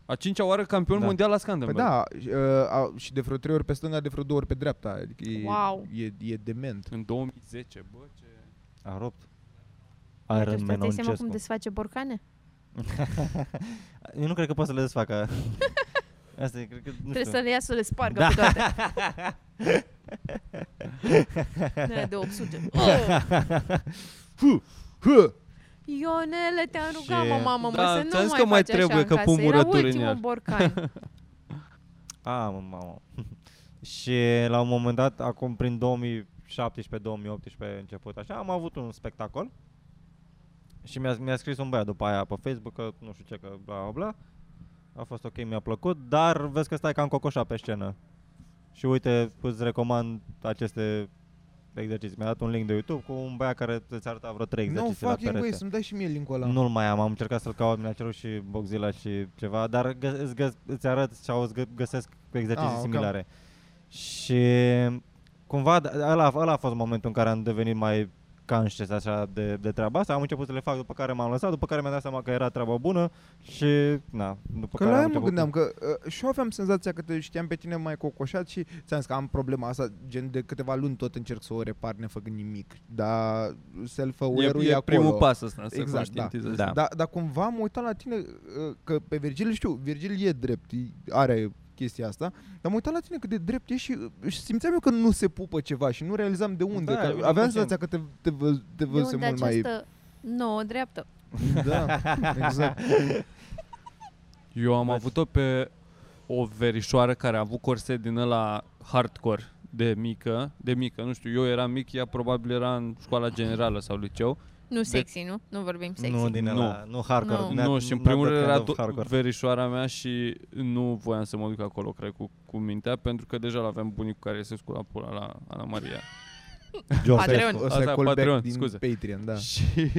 A cincea oară campion Da. mondial la Păi Scandal. da, și, uh, a- și de vreo trei ori pe stânga, de vreo două ori pe dreapta. Adică e, Wow. e, e dement. În 2010, bă, ce... A rupt. Tu Iron îți Man dai seama cum Oncescu. desface borcane? Eu nu cred că poți să le desfac. a- Asta e, cred că, nu Trebuie știu. să le ia să le spargă Da. pe toate. Ne de 800. Oh! Mm. Hă! Ionele, te-am rugat, Și- mă, mamă, mă, Da, să nu ți-am zis mai că mai faci așa trebuie, în că casă. pun Era murături în ultimul el. borcan. A, Ah, mă, mamă. și la un moment dat, acum prin 2017-2018 început, așa, am avut un spectacol și mi-a, mi-a scris un băiat după aia pe Facebook că nu știu ce, că bla bla bla. A fost ok, mi-a plăcut, dar vezi că stai ca în cocoșa pe scenă. Și uite, îți recomand aceste exerciții. Mi-a dat un link de YouTube cu un băiat care îți arăta vreo trei No exerciții Exact, la fucking perete. way, să-mi dai și mie linkul ăla. Nu-l mai am, am încercat să-l caut, mi-a cerut și Boxzilla și ceva, dar gă- îți, gă- îți arăt sau îți gă- găsesc exerciții Ah, ah, ok. similare. Și cumva d- ăla, ăla a fost momentul în care am devenit mai conscious așa de, de treaba asta, am început să le fac după care m-am lăsat, după care mi-am dat seama că era treaba bună și na, după Că care la aia mă am început gândeam, că uh, și eu aveam senzația că te știam pe tine mai cocoșat și ți-am zis că am problema asta, gen de câteva luni tot încerc să o repar nefăcând nimic, dar self-aware-ul E, e, e acolo. primul pas ăsta, să Exact, da. exact, conștientizezi. Da. Dar, dar cumva am uitat la tine, uh, că pe Virgil știu, Virgil e drept, e- are chestia asta, dar am uitat la tine cât de drept e și, uh, și simțeam eu că nu se pupă ceva și nu realizam de unde, Da, că e bine aveam conștient. senzația că te, te, vă, te De văzuse unde mult mai... această nouă dreaptă? Da, exact. Eu am Faci. avut-o pe o verișoară care a avut corset din ăla hardcore de mică, de mică, nu știu, eu eram mic, ea probabil era în școala generală sau liceu. Nu sexy, nu? Nu vorbim sexy. Nu din Nu. ăla, nu hardcore. Nu. not- nu, și în not primul that rând kind era of hardcore. tot verișoara mea și nu voiam să mă duc acolo, cred, cu, cu mintea, pentru că deja l-aveam bunicul care se scula pula la Ana Maria. Job Asta e- Patreon. Asta Asta e e callback Patreon, din scuze. Patreon, da. Și uh,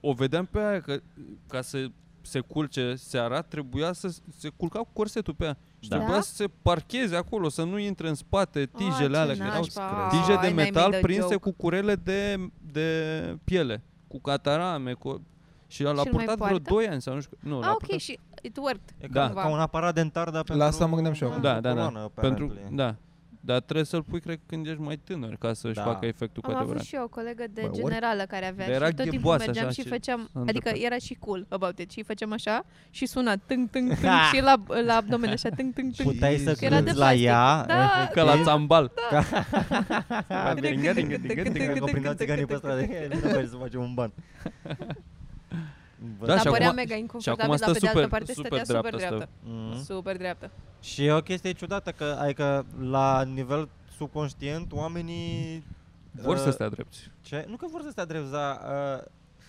o vedeam pe aia că ca să se culce seara, trebuia să s- se culca cu corsetul pe ea. Și Da. trebuia să se parcheze acolo, să nu intre în spate tijele Ah, alea. ce că erau nașpa. tije de Ai, n-ai metal made a prinse joke. cu curele de, de piele, cu catarame, cu... Și l-a mai purtat vreo poartă? 2 ani sau nu știu. Nu, l-a Ah, ok, purtat și it worked. E Da. da. ca un aparat dentar, dar pentru... asta mă gândeam și eu. Da, da, da. coloană, pentru, apparently. da. Dar trebuie să-l pui, cred, când ești mai tânăr, ca să-și Da. facă efectul cu Am avut adevărat. și eu o colegă de Bă, Bă, ori- generală care avea Dar era și tot timpul ghibboasă, mergeam așa, și și făceam, s-a adică îndreptat. era și cool about it și făceam așa și suna tâng, tâng, tâng și la, la abdomen așa tâng, tâng, tâng. Puteai să Că era de cânti la ea, plastic. Da. Ca la țambal. Da, Că prindeau țiganii pe stradă, "Hei, vină pe aici să facem un ban. Da, Bă, Dar și părea acum- mega și acum inconfortabil, dar stă pe de altă super- parte super stătea super dreaptă, Hmm? dreaptă. Mhm. Super dreaptă. Și e o chestie ciudată că, adică, la nivel subconștient, oamenii... Vor să uh, stea drepți. Ce? Nu că vor să stea drept, dar uh,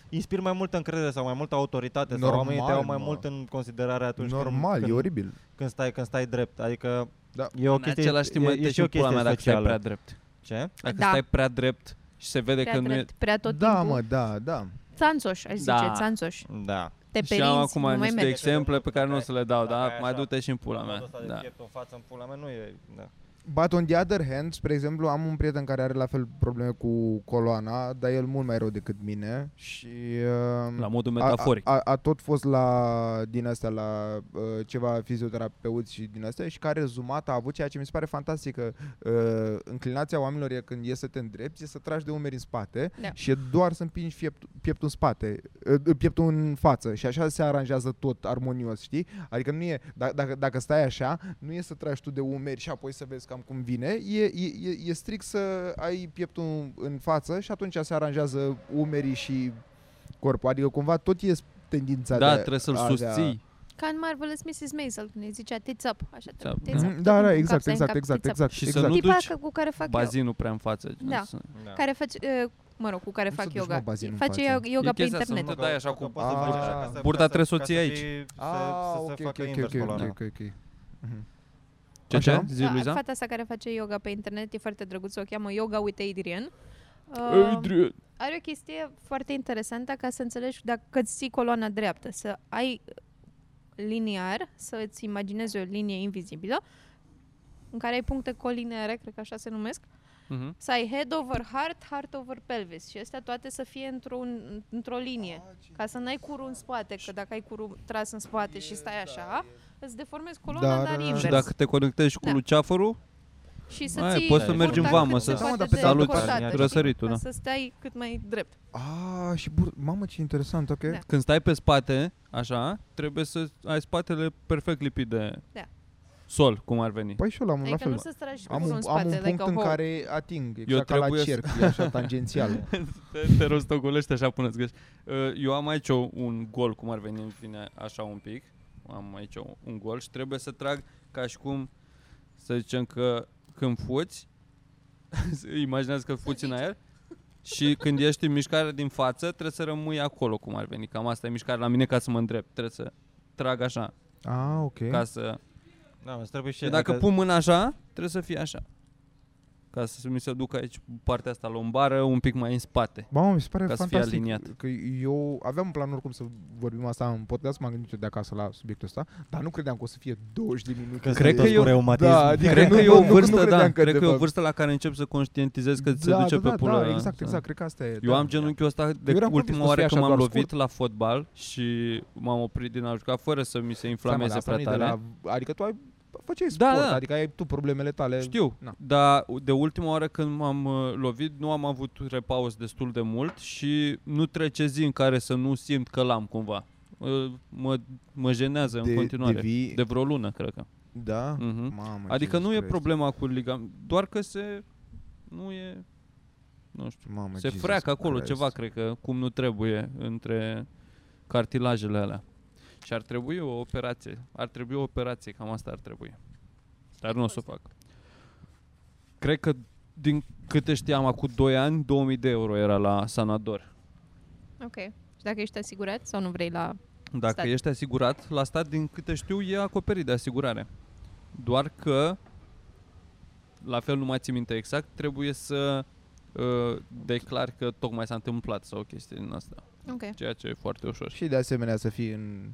inspir mai multă încredere sau mai multă autoritate sau Normal, oamenii te iau mai mă. mult în considerare atunci Normal, când, e când, oribil. când, stai, când stai drept. Adică Da. e o În chestie, același timp, e, mă e și și o eu chestie pula mea dacă stai socială. prea drept. Ce? Dacă Da. stai prea drept și se vede Prea că nu e... drept, prea tot Da, timpul. mă, da, da. Țanțoș, aș zice, Da. țanțoș. Da. Te și am perinți, nu acum mai niște mergi. exemple pe care nu o să le dau, Dacă da? ai Mai așa, du-te și în pula Modul mea. ăsta de Da. piept în față, în pula mea, nu e... Da. But on the other hand, spre exemplu, am un prieten care are la fel probleme cu coloana, dar el mult mai rău decât mine și... uh, La modul a- metaforic. A, a, a tot fost la din astea, la uh, ceva fizioterapeuți și din astea și care rezumat a avut ceea ce mi se pare fantastică. Uh, înclinația oamenilor e când e să te îndrepți, e să tragi de umeri în spate Da. și e doar să împingi fiept, pieptul în spate, uh, pieptul în față și așa se aranjează tot armonios, știi? Adică nu e, da- dacă, dacă stai așa, nu e să tragi tu de umeri și apoi să vezi cam cum vine, e, e, e- e strict să ai pieptul în față și atunci se aranjează umerii și corpul. Adică cumva tot e tendința de Da, a trebuie să-l avea- susții. Ca în Marvelous Mrs. Maisel, când îi zicea tits up, așa, Up, tits da. up. Mhm, tot Da, timpul da, în exact, cap, în exact, cap, exact, tits up. exact. Și să exact. nu Tipa duci că- cu care fac eu. Bazinul prea în față. gen, Da. să- da. care face, eh, mă rog, cu care Nu fac se duci, yoga. mă, bazinul în Face față. yoga E pe chestia asta, internet. mă, dai așa cu- poți să Ah. faci așa ca să- Burta ca să- trebuie să o ca ții aici. fii- să- Ah, să ok, se ok, facă ok, invers ok, coloana. ok, ok, ok. Mhm. Ce, Așa? ce? Zi, Da, Luiza? Fata asta care face yoga pe internet e foarte drăguță, o cheamă Yoga with Adrian. Uh, Adrian. are o chestie foarte interesantă ca să înțelegi dacă îți ții coloana dreaptă, să ai liniar, să îți imaginezi o linie invizibilă în care ai puncte colineare, cred că așa se numesc, Mhm. să ai head over heart, heart over pelvis și astea toate să fie într-un, într-o linie. Ca să n-ai curul în spate, că dacă ai curul tras în spate și stai așa, îți deformezi coloana, Da, dar da, da. invers. uh, Și dacă te conectezi cu Da. luceafărul, Și să Mai, ții poți să mergi burta în vamă, cât să- se Da, mă, poate dar pe de salut, cotată, da. știi? răsăritul, Ca da. Să stai cât mai drept. Ah, și bur... Mamă, ce interesant, ok. Da. Când stai pe spate, așa, trebuie să ai spatele perfect lipit de Da. sol, cum ar veni. Păi și eu l-am la Adică fel. nu să tragi Am curul un, în am spate, un like punct a în hoe. care ating, exact ca la trebuie să- cerc, e așa tangențial. Te, te rostogolești așa până îți găsești. Uh, Eu am aici o- un gol, cum ar veni în fine, așa un pic. Am aici o- un gol și trebuie să trag ca și cum, să zicem că când fuți, imaginează că fuți în aer și când ești în mișcare din față, trebuie să rămâi acolo, cum ar veni. Cam asta e mișcare la mine ca să mă îndrept. Trebuie să trag așa, ah, ok. ca să... Da, mă, îți trebuie și... Și Păi dacă pun mâna așa, trebuie să fie așa. Ca să mi se ducă aici partea asta lombară un pic mai în spate. Ba, mă, mi se pare Ca să fie fantastic aliniat. că eu aveam un plan oricum să vorbim asta în podcast, m-am gândit eu de acasă la subiectul ăsta, dar nu credeam că o să fie 20 de minute. Că să Cred cred că că e o- eu... reumatism. Da, adică Cred nu- că e o nu- nu vârstă, credeam da, că cred de că e o fapt- vârstă la care încep să conștientizezi că se da, duce da, pe da, pulă. da, exact, exact, cred că asta e. Eu da. am genunchiul ăsta de Eu eram convins că ultima o să oară fie când așa m-am doar lovit la fotbal și m-am oprit din a juca fără să mi se Stai, mă, dar inflameze asta prea nu e de tare. la- Adică tu ai făceai Da, sport, da. adică ai tu problemele tale. Știu, Na. dar de ultima oară când m-am uh, lovit, nu am avut repaus destul de mult și nu trece zi în care să nu simt că l-am cumva. Uh, Mă, mă jenează în continuare. Devii, De vreo lună, cred că. da? Mhm. Mamă, Adică Jesus nu e Christ. problema cu ligament, doar că se... Nu e... nu știu. Mamă, Se Jesus freacă acolo Christ. ceva, cred că, cum nu trebuie, între cartilajele alea. Și ar trebui o operație. Ar trebui o operație, cam asta ar trebui. Dar nu o să o fac. Cred că, din câte știam, acum 2 ani, 2000 de euro era la Sanador. Ok. Și dacă ești asigurat sau nu vrei la... Dacă Stat. ești asigurat, la stat, din câte știu, e acoperit de asigurare. Doar că, la fel nu mai țin minte exact, trebuie să uh, declar că tocmai s-a întâmplat sau chestii din asta. Ok. ceea ce e foarte ușor. Și de asemenea să fii în...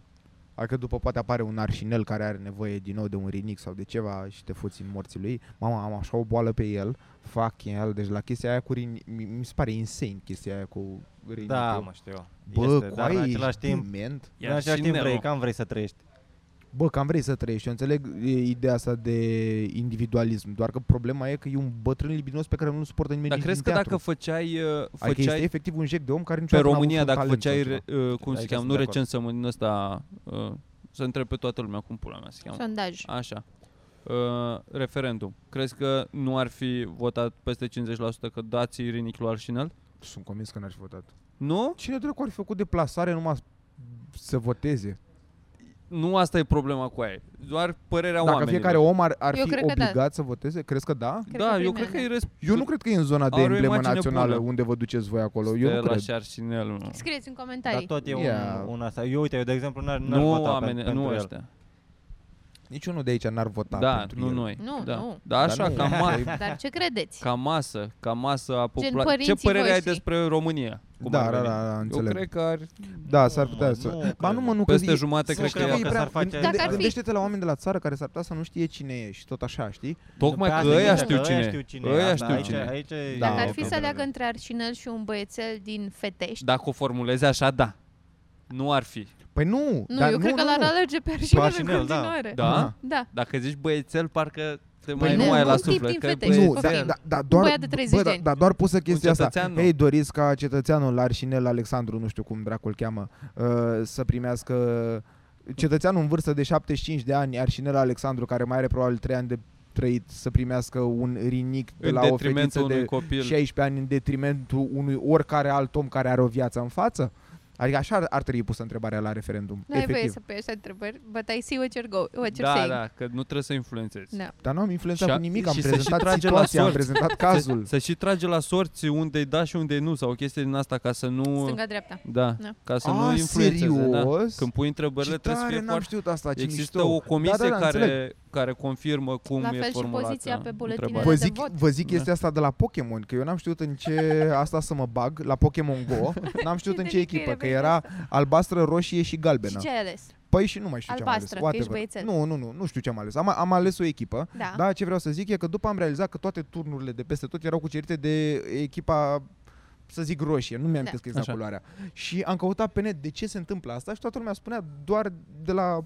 Adică după poate apare un arșinel care are nevoie din nou de un rinic sau de ceva și te fuți în morții lui. Mama, am așa o boală pe el, fac el. Deci la chestia aia cu rin... mi- mi se pare insane chestia aia cu rinicul. Da, mă știu. Bă, este, cu dar în aia același ești timp, dement. în același timp vrei, cam vrei să trăiești. Bă, cam vrei să trăiești. Eu înțeleg e, ideea asta de individualism. Doar că problema e că e un bătrân libinos pe care nu-l suportă nimeni Dar nici crezi din că teatru. dacă făceai, uh, Adică este făceai efectiv un jec de om pe care niciodată n-a avut România, un dacă talent sau făceai, ceva. re- uh, cum se Aici cheamă, sunt nu de acord. recensământ, din ăsta, uh, să întreb pe toată lumea cum pula mea se cheamă. Sondaj. Așa. Uh, referendum. Crezi că nu ar fi votat peste 50% că dați Rinic lui Arșinel? Sunt convins că n-aș fi votat. Nu? Cine dracu ar fi făcut deplasare numai să voteze? Nu asta e problema cu aia. Doar părerea Dacă oamenilor. fiecare om ar, ar Eu fi cred că da. obligat să voteze, crezi că da? Cred da, că eu primele. cred că e resp- Eu nu cred că e în zona de Are o emblemă imagine națională bună. unde vă duceți voi acolo. Eu nu Stela cred. și Arșinel. mă. Scrieți în Dar comentarii. tot e Ia. un, un asta. Eu, uite, eu, de exemplu, n-ar, n-aș Nu vota oameni, pentru, nu pentru el. ăștia. Niciunul de aici n-ar vota Da, pentru nu el. noi. Nu, da. nu. Dar așa, nu. Păi- cam mari. Dar ce credeți? Ca masă, ca masă a populației. Ce părinții părere ai voștri. despre România? Cum Da, ar da, veni? da, da, Eu înțeleg. cred că ar, Da, s-ar putea Nu, nu să... Ba cred. nu mă, nu că peste e- jumătate nu cred că, e cred că acolo. e- prea- s-ar face- gânde- Dacă ar fi- Gândește-te la oameni de la țară care s-ar putea să nu știe cine ești, tot așa, știi? Tocmai Pe că asta e ăia ideea, știu că cine. știu cine. Ăia Da, știu aici- cine. Aici, e- Da, Dacă ar ok, fi să aleagă între Arșinel și un băiețel din Fetești, Dacă o formulezi așa, da. Nu ar fi. Păi nu, nu, dar eu nu, cred nu, că l-ar nu. alege pe Arșinel în Arșinel, da. continuare. Da? Aha. Da. Dacă zici băiețel, parcă te Păi mai nu, nu ai nu, la un tip din suflet. Că Fetești, băiețel. Nu, da, da, da, Un doar, băiat de 30 de da, ani. da, doar pusă chestia asta. cetățean, nu. Ei, doriți ca cetățeanul Larșinel Alexandru, nu știu cum dracul cheamă, uh, să primească cetățeanul în vârstă de 75 de ani, Arșinel Alexandru, care mai are probabil 3 ani de trăit, să primească un rinic de În la o fetiță detrimentul unui de copil. 16 ani în detrimentul unui oricare alt om care are o viață în față? Adică așa ar, ar trebui pusă întrebarea la referendum. Nu ai voie efectiv. să pui așa întrebări, but I see what you're, go- what you're Da, saying. da, că nu trebuie să influențezi. Păi Da. Dar nu am influențat Și a- cu nimic, am și să și prezentat trage la situația, am sorți. prezentat cazul. Să și trage la sorți unde-i da și unde-i nu sau chestii din asta ca să nu... Stânga-dreapta. Da, Da. ca să A, nu influențeze. Da. serios? Când pui întrebările Ce trebuie să tare, fie n-am foarte... știut asta, ce Există mișto. o comisie da, care, care confirmă cum La e fel și formulată poziția pe buletinele întrebarea. Vă de zic, vot. vă zic Da. chestia asta de la Pokémon, că eu n-am știut în ce asta să mă bag la Pokémon Go, n-am știut în ce Cine echipă, că vei era albastră, roșie și Și galbenă. ce ai ales? Păi și nu mai știu Albastră, ce am că ales. ești whatever. băiețel. Nu, nu, nu, nu știu ce am ales. Am, am ales o echipă, Da. da, ce vreau să zic e că după am realizat că toate turnurile de peste tot erau cucerite de echipa să zic roșie, nu mi-am Da. da. exact Așa. culoarea. Și am căutat pe net de ce se întâmplă asta și toată lumea spunea doar de la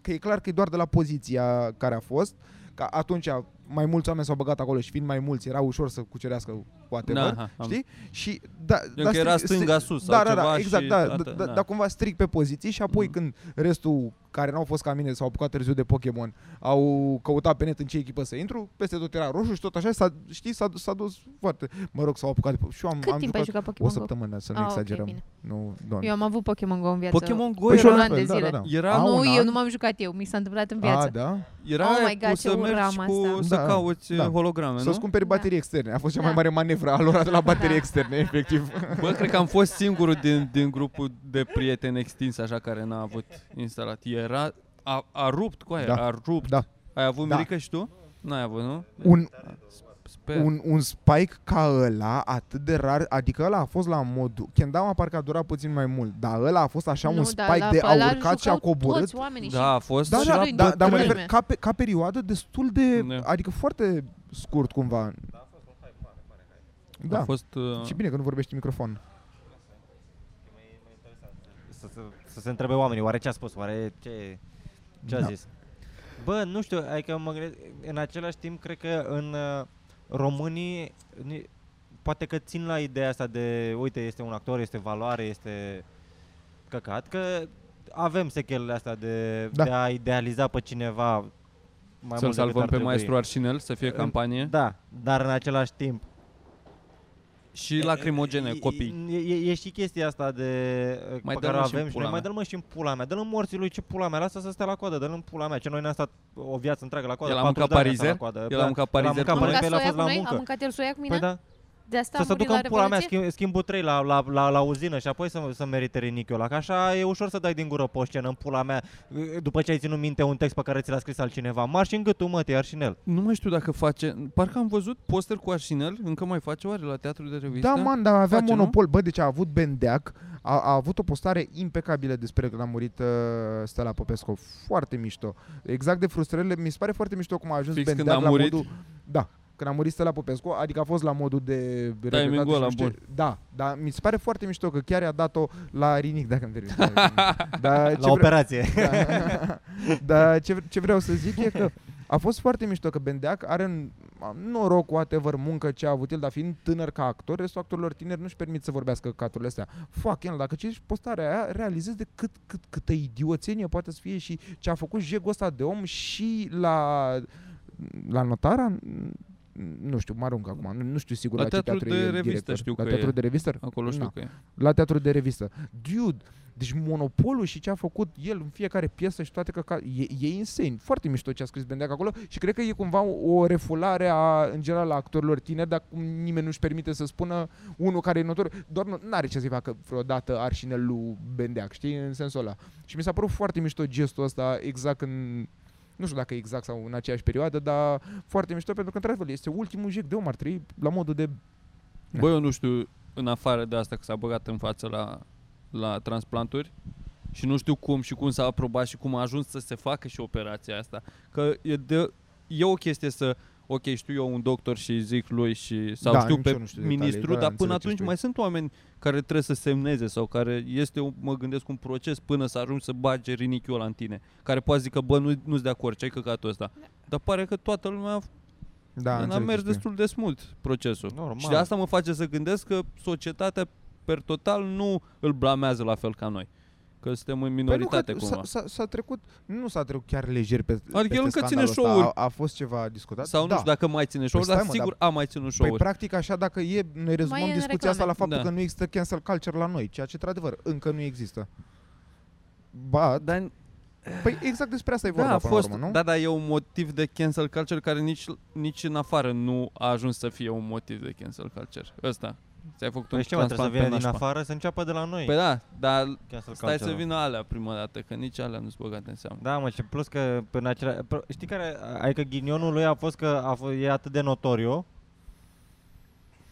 că e clar că e doar de la poziția care a fost, că atunci mai mulți oameni s-au băgat acolo și fiind mai mulți era ușor să cucerească whatever, Da, am- știi? Și da, că da, era stânga sus sau da, da, ceva da, și exact, da, da, toată- da, da. da, cumva strict pe poziții și apoi Mhm. când restul care n-au fost ca mine s-au apucat târziu de Pokémon, au căutat pe net în ce echipă să intru, peste tot era roșu și tot așa, s-a, știi, s-a, dus- s-a dus foarte, mă rog, s-au apucat și eu am, Cât am timp jucat ai jucat o Pokémon Go? săptămână, să nu Ah, ok, exagerăm. bine. nu, doamne. Eu am avut Pokémon Go în viață. Pokémon Go Păi și un era, la an de fel, zile. era, A, nu, un eu an? nu m-am jucat eu, mi s-a întâmplat în A, viață. da? era Oh aia my cu God, să ce mergi uram cu, asta. să Da, cauți uh, da. holograme, Să-ți nu? cumperi Da. baterii externe. A fost cea Da. mai mare manevră a lor de la baterii Da. externe, efectiv. Bă, cred că am fost singurul din, din grupul de prieteni extins așa care n-a avut instalat. Era, a, a rupt cu aia, Da. a rupt. Da. Ai avut Da. Mirica și tu? N-ai avut, nu? Un, Sper. un, un spike ca ăla atât de rar, adică ăla a fost la modul, Kendama parcă a durat puțin mai mult, dar ăla a fost așa un da, spike la de Palar a urcat și a jucau coborât. Toți oamenii Da, a fost Da, și da, la lui, da, nu? dar mă Trei. refer ca, pe, ca perioadă destul de, Da. adică foarte scurt cumva. a Da, fost... uh, și bine că nu vorbești în microfon. Să, să, să se întrebe oamenii, oare ce a spus, oare ce, ce a Da. zis. Bă, nu știu, adică mă gândesc, în același timp cred că în uh, românii ni- poate că țin la ideea asta de, uite, este un actor, este valoare, este căcat, că avem sechelele astea de, Da. de a idealiza pe cineva mai mult Să-l decât salvăm ar pe trebui. Da, maestru Arșinel, să fie În- campanie. Da, dar în același timp Și lacrimogene, copii. E, e, e și chestia asta de Mai mai pe dă-l care o mă și în avem și pula noi, mai mea. dă-l mă și în pula mea, dă-l în morții lui, ce pula mea, lasă să stea la coadă, dă-l în pula mea, ce noi ne-am stat o viață întreagă la coadă, El a 40 mâncat de ani ne-am parizer? stat la coadă. El a mâncat parizer L-a până mâncat mâncat parizer, el a soia fost cu la noi? Am muncă. mâncat el soia cu mine? Păi da, De asta să am se murit ducă la în pula mea, Revoluție? schimb, schimbul 3 la, la, la, la uzină și apoi să, să merite rinichiul ăla, că așa e ușor să dai din gură pe o scenă, în pula mea, după ce ai ținut minte un text pe care ți l-a scris altcineva. Marș în gâtul, mă, te iar și în el. Nu mai știu dacă face... Parcă am văzut poster cu Arșinel, încă mai face oare la teatru de revistă? Da, man, dar avea Face, nu? monopol. Bă, deci a avut Bendeac, a, a avut o postare impecabilă despre când a murit uh, Stella Popescu. Foarte mișto. Exact de frustrările. Mi se pare foarte mișto cum a ajuns Fix Bendeac când a la murit? modul... Da, când a murit Stella Popescu, adică a fost la modul de... regretat e și mingul nu ăla știu ce. bun. Da, dar mi se pare foarte mișto că chiar i-a dat-o la Rinic, dacă îmi permiți. Dar ce La vreau- operație. da. Dar ce, ce vreau să zic e că a fost foarte mișto că Bendeac are un noroc, whatever, muncă ce a avut el, dar fiind tânăr ca actor, restul actorilor tineri nu-și permit să vorbească caturile astea. Fuck, el, dacă citești postarea aia, realizezi de cât, cât, câtă idioțenie poate să fie și ce a făcut jegul ăsta de om și la, la notara, nu știu, mă arunc acum, nu- nu știu sigur La la, ce teatru e de director. revistă știu la că teatru e. de revistă? Acolo știu Na. că e. la teatru de revistă. Dude, deci monopolul și ce a făcut el în fiecare piesă și toate că e, e insane. Foarte mișto ce a scris Bendeac acolo și cred că e cumva o refulare a, în general a actorilor tineri, dar cum nimeni nu-și permite să spună unul care e notor, doar nu are ce să-i facă vreodată arșinel lui Bendeac, știi, în sensul ăla. Și mi s-a părut foarte mișto gestul ăsta exact în nu știu dacă e exact sau în aceeași perioadă, dar foarte mișto pentru că, într-adevăr, este ultimul jec de om ar trebui la modul de... Da. Bă, eu nu știu, în afară de asta că s-a băgat în față la, la transplanturi și nu știu cum și cum s-a aprobat și cum a ajuns să se facă și operația asta. Că e, de, e o chestie să, ok, știu eu un doctor și zic lui și, sau Da, știu nici pe eu nu știu detalii, ministru, da, dar înțeleg până ce atunci spui. mai sunt oameni care trebuie să semneze sau care este, un- mă gândesc, un proces până să ajungi să bage rinichiul ăla în tine, care poate zică, bă, nu, nu-ți de acord, ce-ai căcatul ăsta. Dar pare că toată lumea Da, a înțeleg ce mers spui. destul de smooth procesul. Normal. Și de asta mă face să gândesc că societatea per total nu îl blamează la fel ca noi. Că suntem în Păi nu, că minoritate s-a- cumva. S-a, s-a trecut, nu s-a trecut chiar lejer pe Adică el încă ține show-uri. A, a fost ceva discutat? Sau nu da. știu dacă mai ține show stai, dar mă, sigur a mai ținut Păi show-uri. practic așa dacă e, noi rezumăm e în discuția asta reclame. la faptul Da. că nu există cancel culture la noi, ceea ce într-adevăr încă nu există. Ba, Dar păi exact despre asta e da, vorba da, a până la Da, fost, urmă, nu? da, da, e un motiv de cancel culture care nici, nici în afară nu a ajuns să fie un motiv de cancel culture. Ăsta. Ți-ai făcut Păi un ce mă, trebuie transplant să pe vină din nașpa. afară, să înceapă de la noi. Păi da, dar stai Cancel să culture-ul. vină alea prima dată, că nici alea nu-s băgate în seamă. Da, mă, și plus că în acela... pro- Știi care... Adică ghinionul lui a fost că a f- e atât de notoriu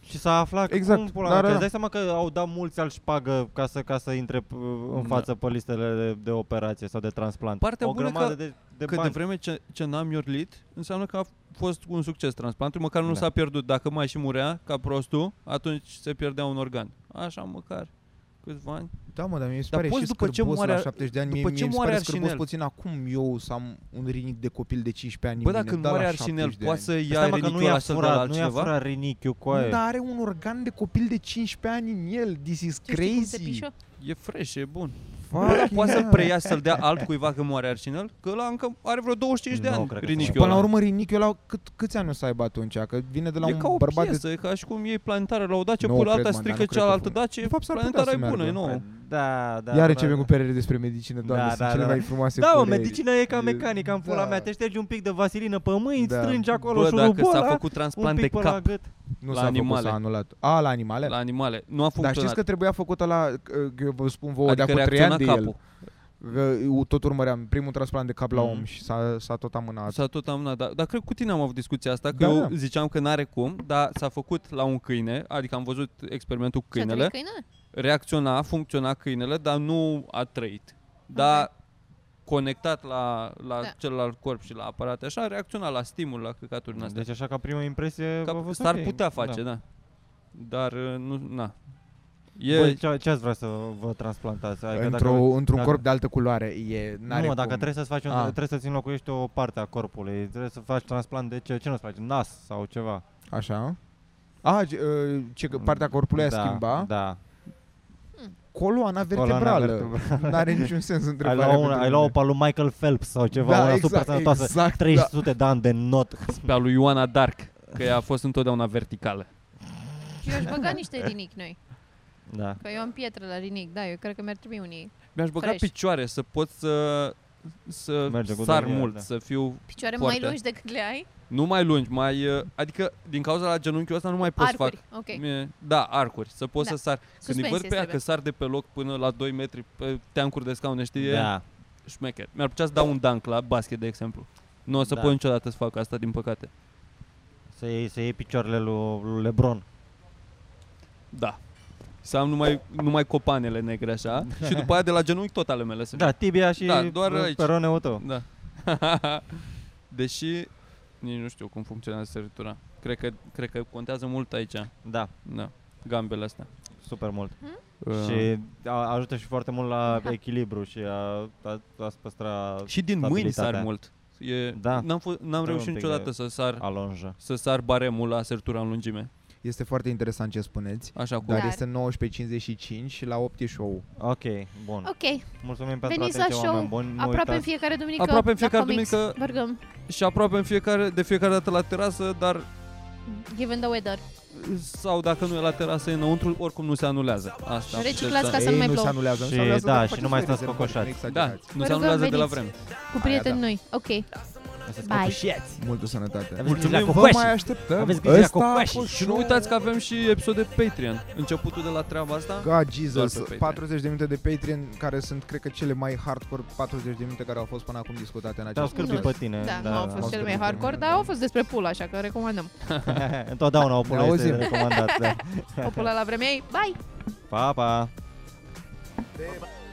și s-a aflat Exact, cum pula da, da, da, da, da. Îți dai seama că au dat mulți al șpagă ca să, ca să intre p- în Da. față pe listele de, de operație sau de transplant. Partea o bună grămadă că- de, de că bani. de vreme ce, ce n-am iorlit, înseamnă că a fost un succes transplantul, măcar nu Da. s-a pierdut. Dacă mai și murea ca prostul, atunci se pierdea un organ. Așa măcar câțiva ani. Da, mă, dar mi se Dar pare poți și după ce scârbos moare- la 70 de ani, după mie, ce mie mi se moare pare scârbos Arșinel. puțin acum eu să am un rinic de copil de 15 ani Bă, în dacă mine, nu da, la moare 70 Arșinel, de poate ani. să Păi ia stai, mă, că nu rinichiul i-a ăla să-l dea la furat, nu i-a altcineva? furat rinichiu cu aia. Dar are un organ de copil de 15 ani în el, this is Tu știi cum se crazy. pișă? E fresh, e bun. Fuck Bă, dar poate să-l yeah. preia și să-l dea altcuiva că moare Arșinel? Că ăla încă are vreo 25 de Nu, ani, cred că rinichiul se Până ăla. la urmă, Rinichiul ăla cât, câți ani o să aibă atunci? Că vine de la e un ca o bărbat de... piesă, e ca și cum iei planetarea la o dace, Nu, pula cred, alta mă, dar strică nu cred că cealaltă fun- dace, De fapt, s-ar putea planetarea e să bună, e meargă. nouă. Da, da. Iar da, începem da. cu perere despre medicină, doamne, Da, sunt da, cele da, mai da. frumoase Da, mă, pulei. medicina e ca E- mecanică, în pula da. mea. Te ștergi un pic de vaselină pe mâini, Da. strângi acolo Bă, dacă șurubul s-a ăla, făcut un transplant de pic pe la cap gât. Nu la s-a făcut, animale. s-a anulat. A, la animale? la animale, nu a Dar funcționat. știți că trebuia făcută la, că eu vă spun vouă, adică de acum trei ani de reacționa capul. el. Că eu tot urmăream primul transplant de cap la om Mhm. și s-a, s-a tot amânat. S-a tot amânat, da. dar, dar cred că cu tine am avut discuția asta, că Da, eu da. ziceam că n-are cum, dar s-a făcut la un câine, adică am văzut experimentul cu Și-a trăit câinele, câine? reacționa, funcționa câinele, dar nu a trăit. Dar conectat la, la Da. celălalt corp și la aparate, așa, a reacționat la stimul, la căcaturi din astea. Deci așa ca prima impresie a Ca, fost s-ar ok. putea face, da. Dar uh, nu, na. E, Voi ce, ce ați vrea să vă transplantați? Adică Într-o, dacă, într-un dacă- corp de altă culoare. E, nu, n-are mă, dacă cum. trebuie să-ți faci un, Ah. trebuie să-ți înlocuiești o parte a corpului, trebuie să faci transplant de ce, ce nu-ți place? Nas sau ceva. Așa. A, ce, uh, ce că partea corpului a da, schimba? Da. Coloana Coloana vertebrală. N-are niciun sens Ai întrebarea. luat, un, pentru ai luat o mine. pe lui Michael Phelps sau ceva, Da, una exact, super sănătoasă, exact, da. 300 de ani de not. pe a lui Ioana Dark, că ea a fost întotdeauna verticală. Eu aș băga niște rinic noi. Da. Că eu am pietră la rinic, da, eu cred că mi-ar trebui unii. Mi-aș băga Fresh. picioare să pot să să Merge cu sar Daniel, mult, da. să fiu Picioare Foarte. mai lungi decât le ai? nu mai lungi, mai uh, adică din cauza la genunchiul ăsta nu mai pot să fac. Arcuri, ok. Mie, da, arcuri, să pot Da. să sar. Când îi Suspensie văd pe ea trebuie. că sar de pe loc până la 2 metri păi pe teancuri de scaune, știi? e Da. Șmecher. Mi-ar putea să dau un dunk la basket, de exemplu. Nu o să Da. pot niciodată să fac asta, din păcate. Să iei, să iei picioarele lui, lui Lebron. Da. Să am numai, numai copanele negre așa și după aia de la genunchi tot ale mele să Da, tibia și Da, doar aici. peroneul tău. Da. Deși nici nu știu cum funcționează săritura. Cred că, cred că contează mult aici. Da, Da. Gambele astea. super mult. Uh, Și a, ajută și foarte mult la echilibru și a, a, a păstra și din mâini sar stabilitatea. mult. E, Da. N-am, f- n-am un reușit pic de- niciodată să sar alonja. să sar baremul la săritura în lungime. Este foarte interesant ce spuneți. Așa cum. Da. Dar Dar- este 19.55 și la 8 e show Ok, bun. Ok, Mulțumim pentru Veniți la atenție, show. oameni buni. Nu aproape în uitați- fiecare duminică Aproape în la fiecare comics. duminică- Bărgăm, Și aproape în fiecare, de fiecare dată la terasă, dar given the weather. sau dacă nu e la terasă, e înăuntru, oricum nu se anulează. Asta. Reciclați Deci, ca da. să nu mai nu se plouă. anulează. nu Și se anulează, da, dar și faceți nu mai fraiere, stați nu faceți- nu Da, exagerați. nu Păi, Vă se rugăm, anulează de la veniți. vreme. Cu da. prieteni noi. Ok. Bye. Multă sănătate. Mulțumim. grijă la Vă cocoașe. mai așteptăm. Aveți grijă la Ăsta a cocoașe. fost Și nu show. uitați că avem și episod de Patreon. Începutul de la treaba asta. God Jesus, Doar pe Patreon. 40 de minute de Patreon care sunt, cred că, cele mai hardcore 40 de minute care au fost până acum discutate în Te-au acest scârbit Nu. pe tine. Da, nu au fost au cel mai scăpat. hardcore, dar au fost despre pula, așa că recomandăm. Întotdeauna o pulă Ne este auzim. recomandat. Da. O pula la vremea ei. Bye! Pa, pa. podcast.